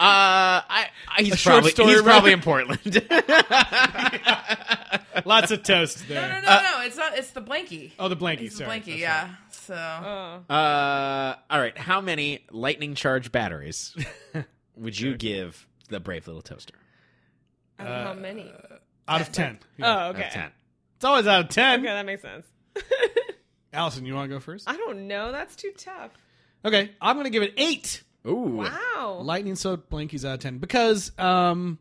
S3: I, I he's
S1: short
S3: probably
S1: story
S3: he's
S1: about-
S3: probably in Portland.
S1: Lots of toast there.
S2: No, no, no, no.
S3: Uh,
S2: It's not. It's the blankie.
S1: Oh, the blankie.
S2: it's the
S1: sorry.
S2: blankie. yeah. So
S3: Uh, all right. How many lightning charge batteries would you give the brave little toaster?
S4: I don't know how many.
S1: Out of ten. Yeah.
S4: Oh,
S3: Out of
S4: okay.
S3: 10.
S1: it's always out of ten.
S4: Okay, that makes sense.
S1: Allison, you want to go first?
S4: I don't know. That's too tough.
S1: Okay, I'm gonna give it eight.
S3: Ooh.
S4: Wow.
S1: Lightning soda blankies out of ten because um,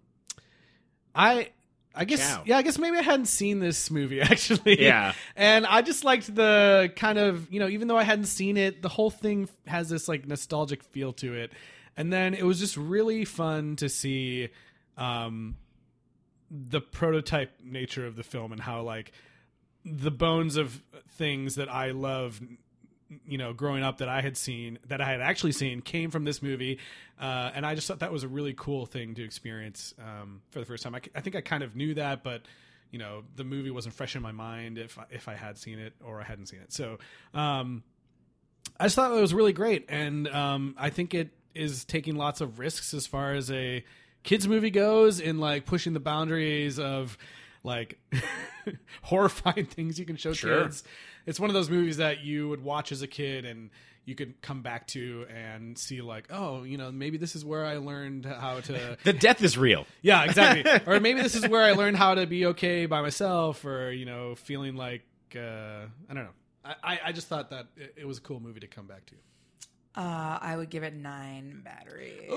S1: I I guess
S3: Ciao.
S1: yeah I guess maybe I hadn't seen this movie actually
S3: Yeah.
S1: and I just liked the kind of you know even though I hadn't seen it the whole thing has this like nostalgic feel to it and then it was just really fun to see um the prototype nature of the film and how like the bones of things that I love you know growing up that I had seen that I had actually seen came from this movie, uh, and I just thought that was a really cool thing to experience um, for the first time. I, c- I think I kind of knew that, but you know the movie wasn't fresh in my mind if I- if I had seen it or I hadn't seen it. So um, I just thought it was really great, and um, I think it is taking lots of risks as far as a kids movie goes in like pushing the boundaries of like horrifying things you can show
S3: Sure.
S1: kids. It's one of those movies that you would watch as a kid and you could come back to and see like, oh, you know, maybe this is where I learned how to
S3: The death is real.
S1: yeah, exactly. or maybe this is where I learned how to be okay by myself, or you know, feeling like uh, I don't know. I, I, I just thought that it, it was a cool movie to come back to.
S2: uh, I would give it nine batteries.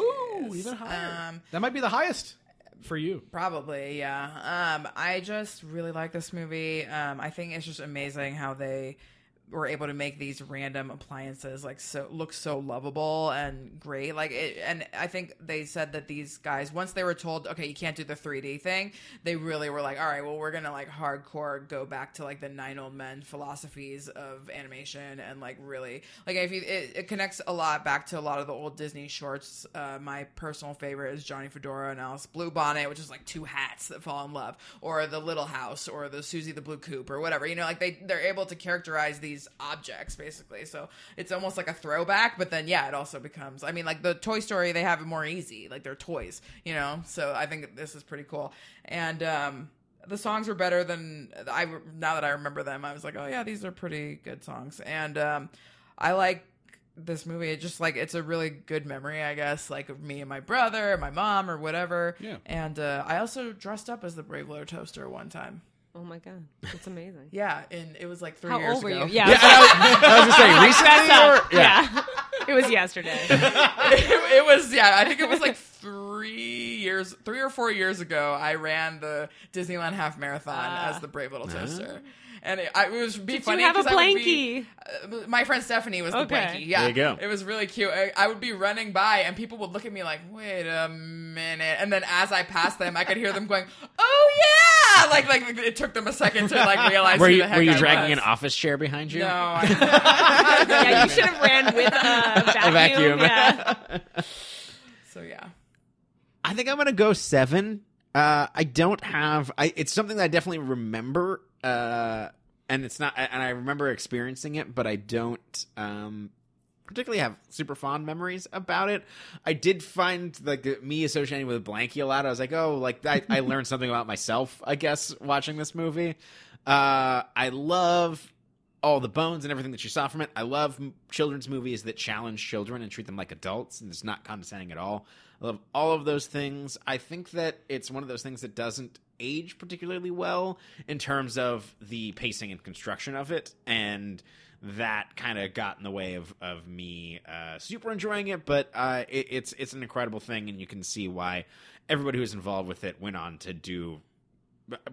S2: Um,
S1: that might be the highest for you.
S2: Probably, yeah. Um, I just really like this movie. Um, I think it's just amazing how they were able to make these random appliances like so look so lovable and great. Like, it, and I think they said that these guys once they were told, okay, you can't do the 3D thing, they really were like, all right, well, we're gonna like hardcore go back to like the nine old men philosophies of animation and like really like if you it, it connects a lot back to a lot of the old Disney shorts. Uh, my personal favorite is Johnny Fedora and Alice Blue Bonnet, which is like two hats that fall in love, or the Little House, or the Susie the Blue Coop, or whatever. You know, like they they're able to characterize these objects basically. So it's almost like a throwback, but then yeah, it also becomes. I mean, like the Toy Story, they have it more easy, like they're toys, you know. So I think this is pretty cool, and um the songs were better than I now that I remember them. I was like, oh yeah, these are pretty good songs, and um, I like this movie. It just like it's a really good memory, I guess, like of me and my brother, and my mom, or whatever.
S1: Yeah.
S2: And uh, I also dressed up as the Brave Little Toaster one time.
S4: Oh my god, that's amazing.
S2: Yeah, and it was like three
S4: How
S2: years
S4: old were
S2: ago.
S4: you? Yeah,
S3: I was gonna say recently.
S4: Dress
S3: Or,
S4: up. yeah. it was yesterday.
S2: it, it was yeah i think it was like three years three or four years ago i ran the disneyland half marathon as the brave little toaster and it, I, it was be
S4: Ah. Did you
S2: funny
S4: have a
S2: 'cause I would be-
S4: blankie?
S2: uh, my friend Stephanie was the
S4: Okay.
S2: blankie. Yeah,
S3: There you go.
S2: It was really cute. I, I would be running by, and people would look at me like, "Wait a minute!" And then as I passed them, I could hear them going, "Oh yeah!" Like like it took them a second to like realize.
S3: Were
S2: who
S3: you
S2: the heck
S3: were you
S2: I
S3: dragging
S2: was.
S3: an office chair behind you?
S2: No, I,
S4: Uh, yeah, you should have ran with a vacuum.
S3: vacuum.
S4: Yeah.
S2: so yeah.
S3: I think I'm gonna go seven. Uh, I don't have. I it's something that I definitely remember. Uh, and it's not. And I remember experiencing it, but I don't. Um, particularly have super fond memories about it. I did find like the- me associating with Blanky a lot. I was like, oh, like I, I learned something about myself, I guess, watching this movie. Uh, I love all the bones and everything that you saw from it. I love m- children's movies that challenge children and treat them like adults, and it's not condescending at all. I love all of those things. I think that it's one of those things that doesn't age particularly well in terms of the pacing and construction of it, and that kind of got in the way of of me uh, super enjoying it. But uh, it, it's it's an incredible thing, and you can see why everybody who was involved with it went on to do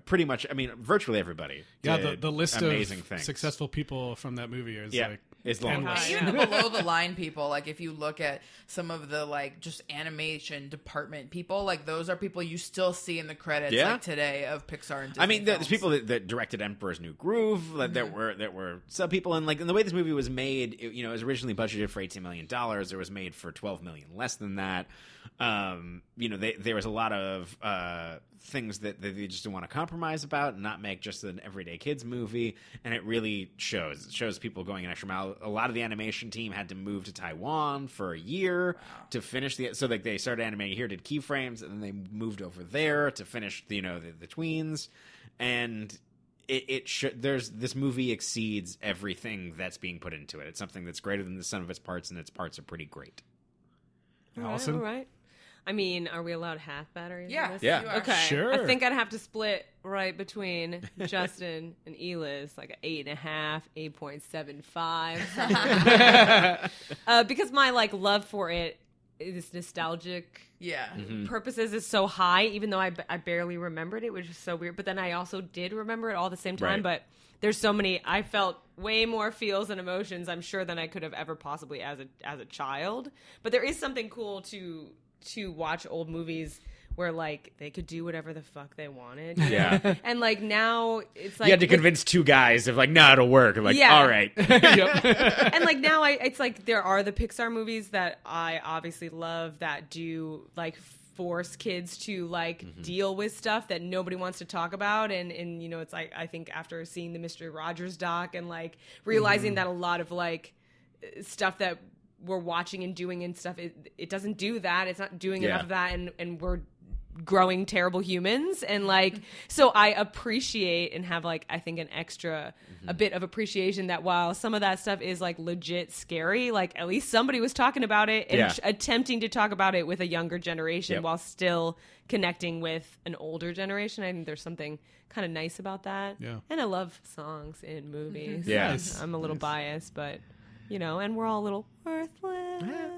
S3: pretty much. I mean, virtually everybody.
S1: Yeah, the,
S3: did
S1: the list
S3: amazing
S1: of
S3: things.
S1: successful people from that movie is
S3: Yeah,
S1: like
S3: it's long.
S1: endless.
S4: Yeah.
S2: even the below the line people like if you look at some of the like just animation department people like those are people you still see in the credits
S3: Yeah.
S2: like today of pixar and Disney
S3: I mean, there's
S2: films.
S3: people that, that directed Emperor's New Groove that, that were that were sub people, and like and the way this movie was made, it, you know, it was originally budgeted for eighteen million dollars. It was made for twelve million less than that. um, you know, they, there was a lot of uh, things that, that they just didn't want to compromise about and not make just an everyday kids movie. And it really shows. It shows people going an extra mile. A lot of the animation team had to move to Taiwan for a year to finish the. So like they started animating here, did keyframes, and then they moved over there to finish. You know, the, the tweens and it, it should there's this movie exceeds everything that's being put into it it's something that's greater than the sum of its parts and its parts are pretty great
S4: All right,
S1: Allison?
S4: all right. I mean, are we allowed half batteries? in
S2: Yeah,
S4: this?
S3: Yeah.
S2: you are.
S4: Okay.
S1: Sure.
S4: I think I'd have to split right between Justin and Elis, like an eight and a half, eight point seven five, something like that. uh, because my like love for it is nostalgic
S2: Yeah.
S4: Mm-hmm.
S3: Mm.
S4: purposes is so high, even though I, b- I barely remembered it, which is so weird. But then I also did remember it all at the same
S3: Right.
S4: time. But there's so many. I felt way more feels and emotions, I'm sure, than I could have ever possibly as a as a child. But there is something cool to to watch old movies where like they could do whatever the fuck they wanted. you know?
S3: Yeah.
S4: and like now it's like
S3: you had to
S4: with-
S3: convince two guys of like no it'll work I'm like
S4: Yeah.
S3: all right
S4: and like now I it's like there are the Pixar movies that I obviously love that do like force kids to like deal with stuff that nobody wants to talk about and and you know it's like I think after seeing the Mr. Rogers doc and like realizing that a lot of like eh, stuff that we're watching and doing and stuff it, it doesn't do that it's not doing
S3: Yeah.
S4: enough of that and and we're growing terrible humans and like so i appreciate and have like i think an extra
S3: Mm-hmm.
S4: a bit of appreciation that while some of that stuff is like legit scary like at least somebody was talking about it and
S3: Yeah.
S4: ch- attempting to talk about it with a younger generation
S3: Yep.
S4: while still connecting with an older generation i think there's something kind of nice about that
S1: Yeah.
S4: and i love songs in movies
S3: Yeah.
S1: Nice.
S4: i'm a little biased but you know and we're all a little worthless
S2: Yeah.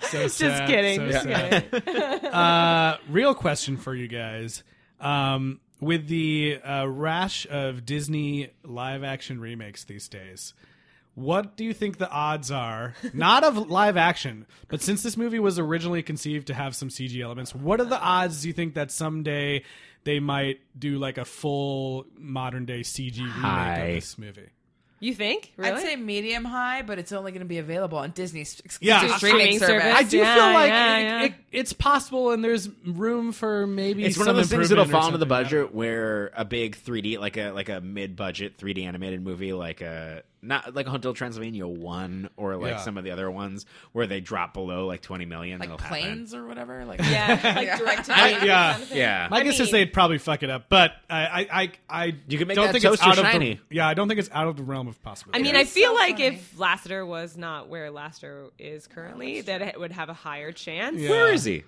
S1: So
S4: just
S1: sad,
S4: kidding
S1: so
S4: just
S1: sad.
S4: kidding
S1: Uh, real question for you guys. Um, with the uh, rash of Disney live action remakes these days, what do you think the odds are? Not of live action, but since this movie was originally conceived to have some CG elements, what are the odds you think that someday they might do like a full modern day CG remake
S3: High.
S1: of this movie?
S4: You think? Really?
S2: I'd say medium high, but it's only going to be available on Disney's
S1: Yeah.
S2: exclusive streaming,
S4: Streaming
S2: service.
S4: service.
S1: I do
S4: Yeah,
S1: feel like
S4: yeah,
S1: it-
S4: yeah.
S1: It, it's possible, and there's room for maybe
S3: it's one
S1: some
S3: of those things that'll
S1: improvement or
S3: fall into the
S1: something. I don't know.
S3: budget where a big 3d like a like a mid-budget 3d animated movie like a not like a Hotel Transylvania 1 or like
S1: Yeah.
S3: some of the other ones where they drop below like 20 million
S2: like
S3: it'll happen.
S2: planes or whatever. Like
S4: yeah, like
S2: Yeah.
S4: direct to
S1: I-
S4: video
S1: yeah.
S4: kind of thing.
S3: yeah
S1: My guess is
S4: mean-
S1: they'd probably fuck it up, but I, I, I, I
S3: You can make
S1: don't
S3: that
S1: think it's
S3: toaster
S1: out Of
S3: shiny.
S1: the, yeah, I don't think it's out of the realm of
S4: I
S1: possibility.
S4: mean,
S2: Yeah.
S4: I feel
S2: So
S4: like
S2: funny.
S4: if Lassiter was not where Lassiter is currently, that it would have a higher chance.
S1: Yeah.
S3: where is he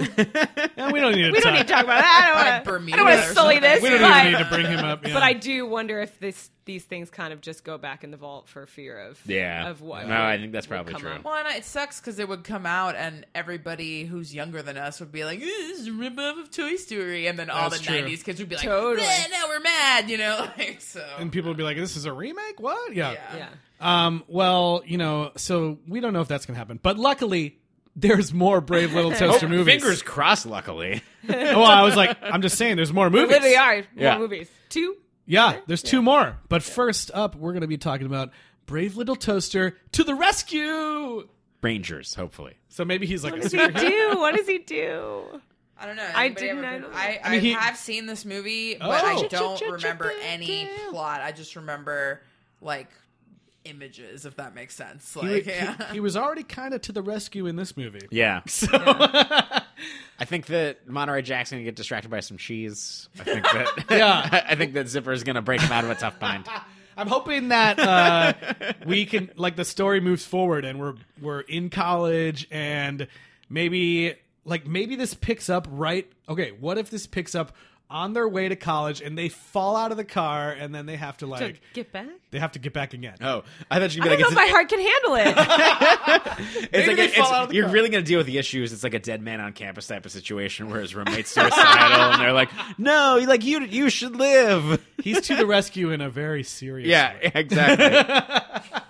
S1: Yeah, we don't need to.
S4: We don't need to talk about that. I
S2: Like
S4: don't want
S2: Bermuda
S4: to. I don't want
S2: or
S4: to sully
S2: something.
S4: this.
S1: We don't
S4: but,
S1: even need to bring him up. Yeah.
S4: but I do wonder if this these things kind of just go back in the vault for fear of
S3: yeah
S4: of what.
S3: no i think that's
S4: would
S3: probably
S4: come
S3: true
S4: up.
S2: Well, and it sucks because it would come out, and everybody who's younger than us would be like, "Ew, "This is a ripoff of Toy Story," and then all
S1: That's
S2: the
S1: true.
S2: '90s kids would be like,
S4: Totally.
S2: "Eh, "Now we're mad," you know. Like so.
S1: And people would be like, "This is a remake? What? Yeah.
S2: Yeah.
S4: Yeah.
S1: Um. Well, you know, so we don't know if that's gonna happen, but luckily. There's more Brave Little Toaster
S3: Oh,
S1: movies.
S3: fingers crossed luckily
S1: Oh, I was like, I'm just saying, there's more movies.
S4: Literally are more
S3: Yeah.
S4: movies. Two.
S1: Yeah, there's two more. But first up, we're going to be talking about Brave Little Toaster to the rescue.
S3: rangers hopefully
S1: So maybe he's like a
S4: What does he
S1: superhero.
S4: do? What does he do?
S2: I don't know. Has
S4: I
S2: anybody
S4: didn't
S2: ever
S4: know
S2: been-
S4: that.
S2: I, I,
S1: I mean, he-
S2: have seen this movie, but
S1: Oh.
S2: I don't remember any plot. I just remember like images, if that makes sense.
S1: He,
S2: Like,
S1: he-
S2: yeah.
S1: he was already kind of to the rescue in this movie.
S3: yeah
S1: So
S3: I think that Monterey Jack's gonna get distracted by some cheese. I think that
S1: Yeah.
S3: I, think that Zipper is gonna break him out of a tough bind.
S1: I'm hoping that uh, we can like the story moves forward and we're we're in college and maybe like maybe this picks up right okay, what if this picks up on their way to college and they fall out of the car and then they have to like
S4: Get back.
S1: they have to get back again.
S3: Oh, I thought you'd be
S4: I
S3: like,
S4: don't know
S3: it's,
S4: if my heart can handle it.
S3: it's like
S1: they
S3: a-
S1: fall
S3: it's-
S1: out of the
S3: you're
S1: car.
S3: really gonna deal with the issues. It's like a dead man on campus type of situation where his roommate's suicidal and they're like, no, like you you should live.
S1: He's to the rescue in a very serious
S3: Yeah,
S1: way.
S3: exactly.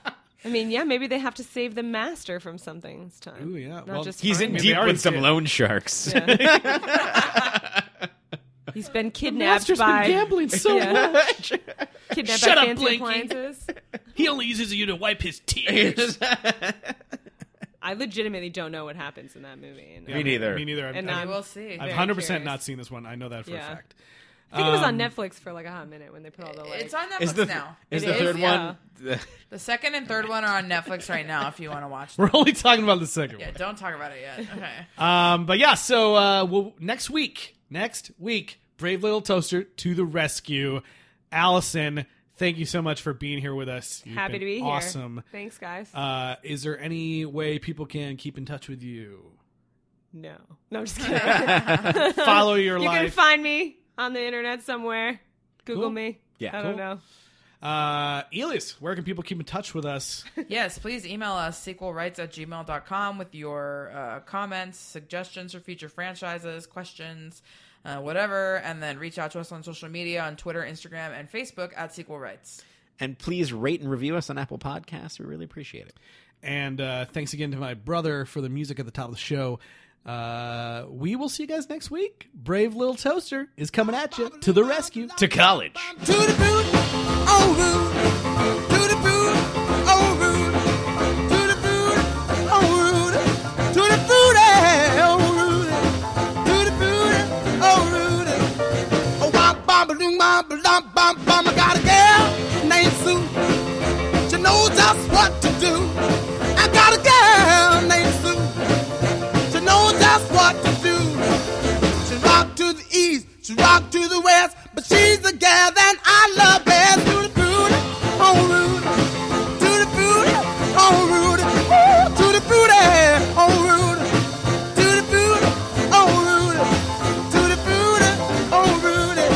S4: I mean, yeah, maybe they have to save the master from something this time.
S1: Ooh, yeah.
S4: Not
S1: Well,
S4: just
S3: He's
S4: fine.
S3: in
S1: mean, they
S3: deep
S1: already
S3: with some
S1: did.
S3: loan sharks.
S4: He's been kidnapped
S1: Master's
S4: by
S1: been gambling so
S4: Yeah.
S1: much.
S4: kidnapped
S1: Shut
S4: by
S1: up,
S4: fancy
S1: Blinky.
S4: appliances.
S1: He only uses you to wipe his tears.
S4: I legitimately don't know what happens in that movie. And
S3: Me neither.
S1: Me neither. I've,
S4: And
S1: I've,
S4: I'm-
S2: We will see.
S1: I've
S4: very
S1: 100%
S4: curious.
S1: not seen this one. I know that for
S4: Yeah.
S1: a fact.
S4: I think it was
S1: Um,
S4: on Netflix for like a hot minute when they put all the like.
S2: It's on Netflix
S3: Is the
S2: now.
S3: is
S4: It
S3: the
S4: is,
S3: third
S4: yeah.
S3: one? the-
S2: The second and third one are on Netflix right now if you want to watch them.
S1: We're only talking about the second
S2: Yeah,
S1: one.
S2: don't talk about it yet. Okay.
S1: Um, but yeah, so uh, we'll, next week, next week, Brave Little Toaster to the rescue. Allison, thank you so much for being here with us. You've
S4: Happy
S1: been
S4: to be here.
S1: awesome.
S4: Thanks, guys.
S1: Uh, is there any way people can keep in touch with you?
S4: no, no, I'm just kidding.
S1: Follow your
S4: you can
S1: life.
S4: find me on the internet somewhere. Google
S1: Cool.
S4: me.
S3: Yeah,
S4: I
S3: cool.
S4: don't know.
S1: uh, Elias, where can people keep in touch with us?
S2: yes, please email us sequelrights at gmail.com with your uh, comments, suggestions for future franchises, questions, uh, whatever, and then reach out to us on social media on Twitter, Instagram, and Facebook at Sequel Rights.
S3: and please rate and review us on Apple Podcasts. We really appreciate it.
S1: And uh, thanks again to my brother for the music at the top of the show. Uh, we will see you guys next week. Brave Little Toaster is coming at you to the rescue. To college.
S6: To the boot, oh root. To the boot, oh root. To the boot, oh root. To the boot, eh, oh root. To the boot, oh root. Oh wop, bop, doo, bop, bop, bop, bop. I got a girl named Sue. She knows just what to do. I got a girl named Sue. She knows just what to do. She rock to the east, she rock to the west, but she's the gal that I love best. To the booty, oh Rudy, to the booty, oh Rudy, Ooh, to the booty, oh Rudy, to the booty, oh Rudy, to the booty, oh Rudy.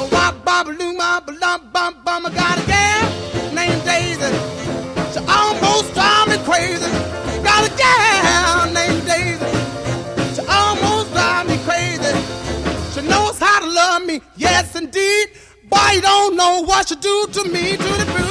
S6: Oh, wop, bop, loo, bop, lump, bump, bum. I got a gal named Daisy. She almost drives me crazy. Got a gal named Daisy. She almost drives me crazy. She knows how to love me, yes indeed. Boy, you don't know what she do to me. To the Oh, boo, Oh,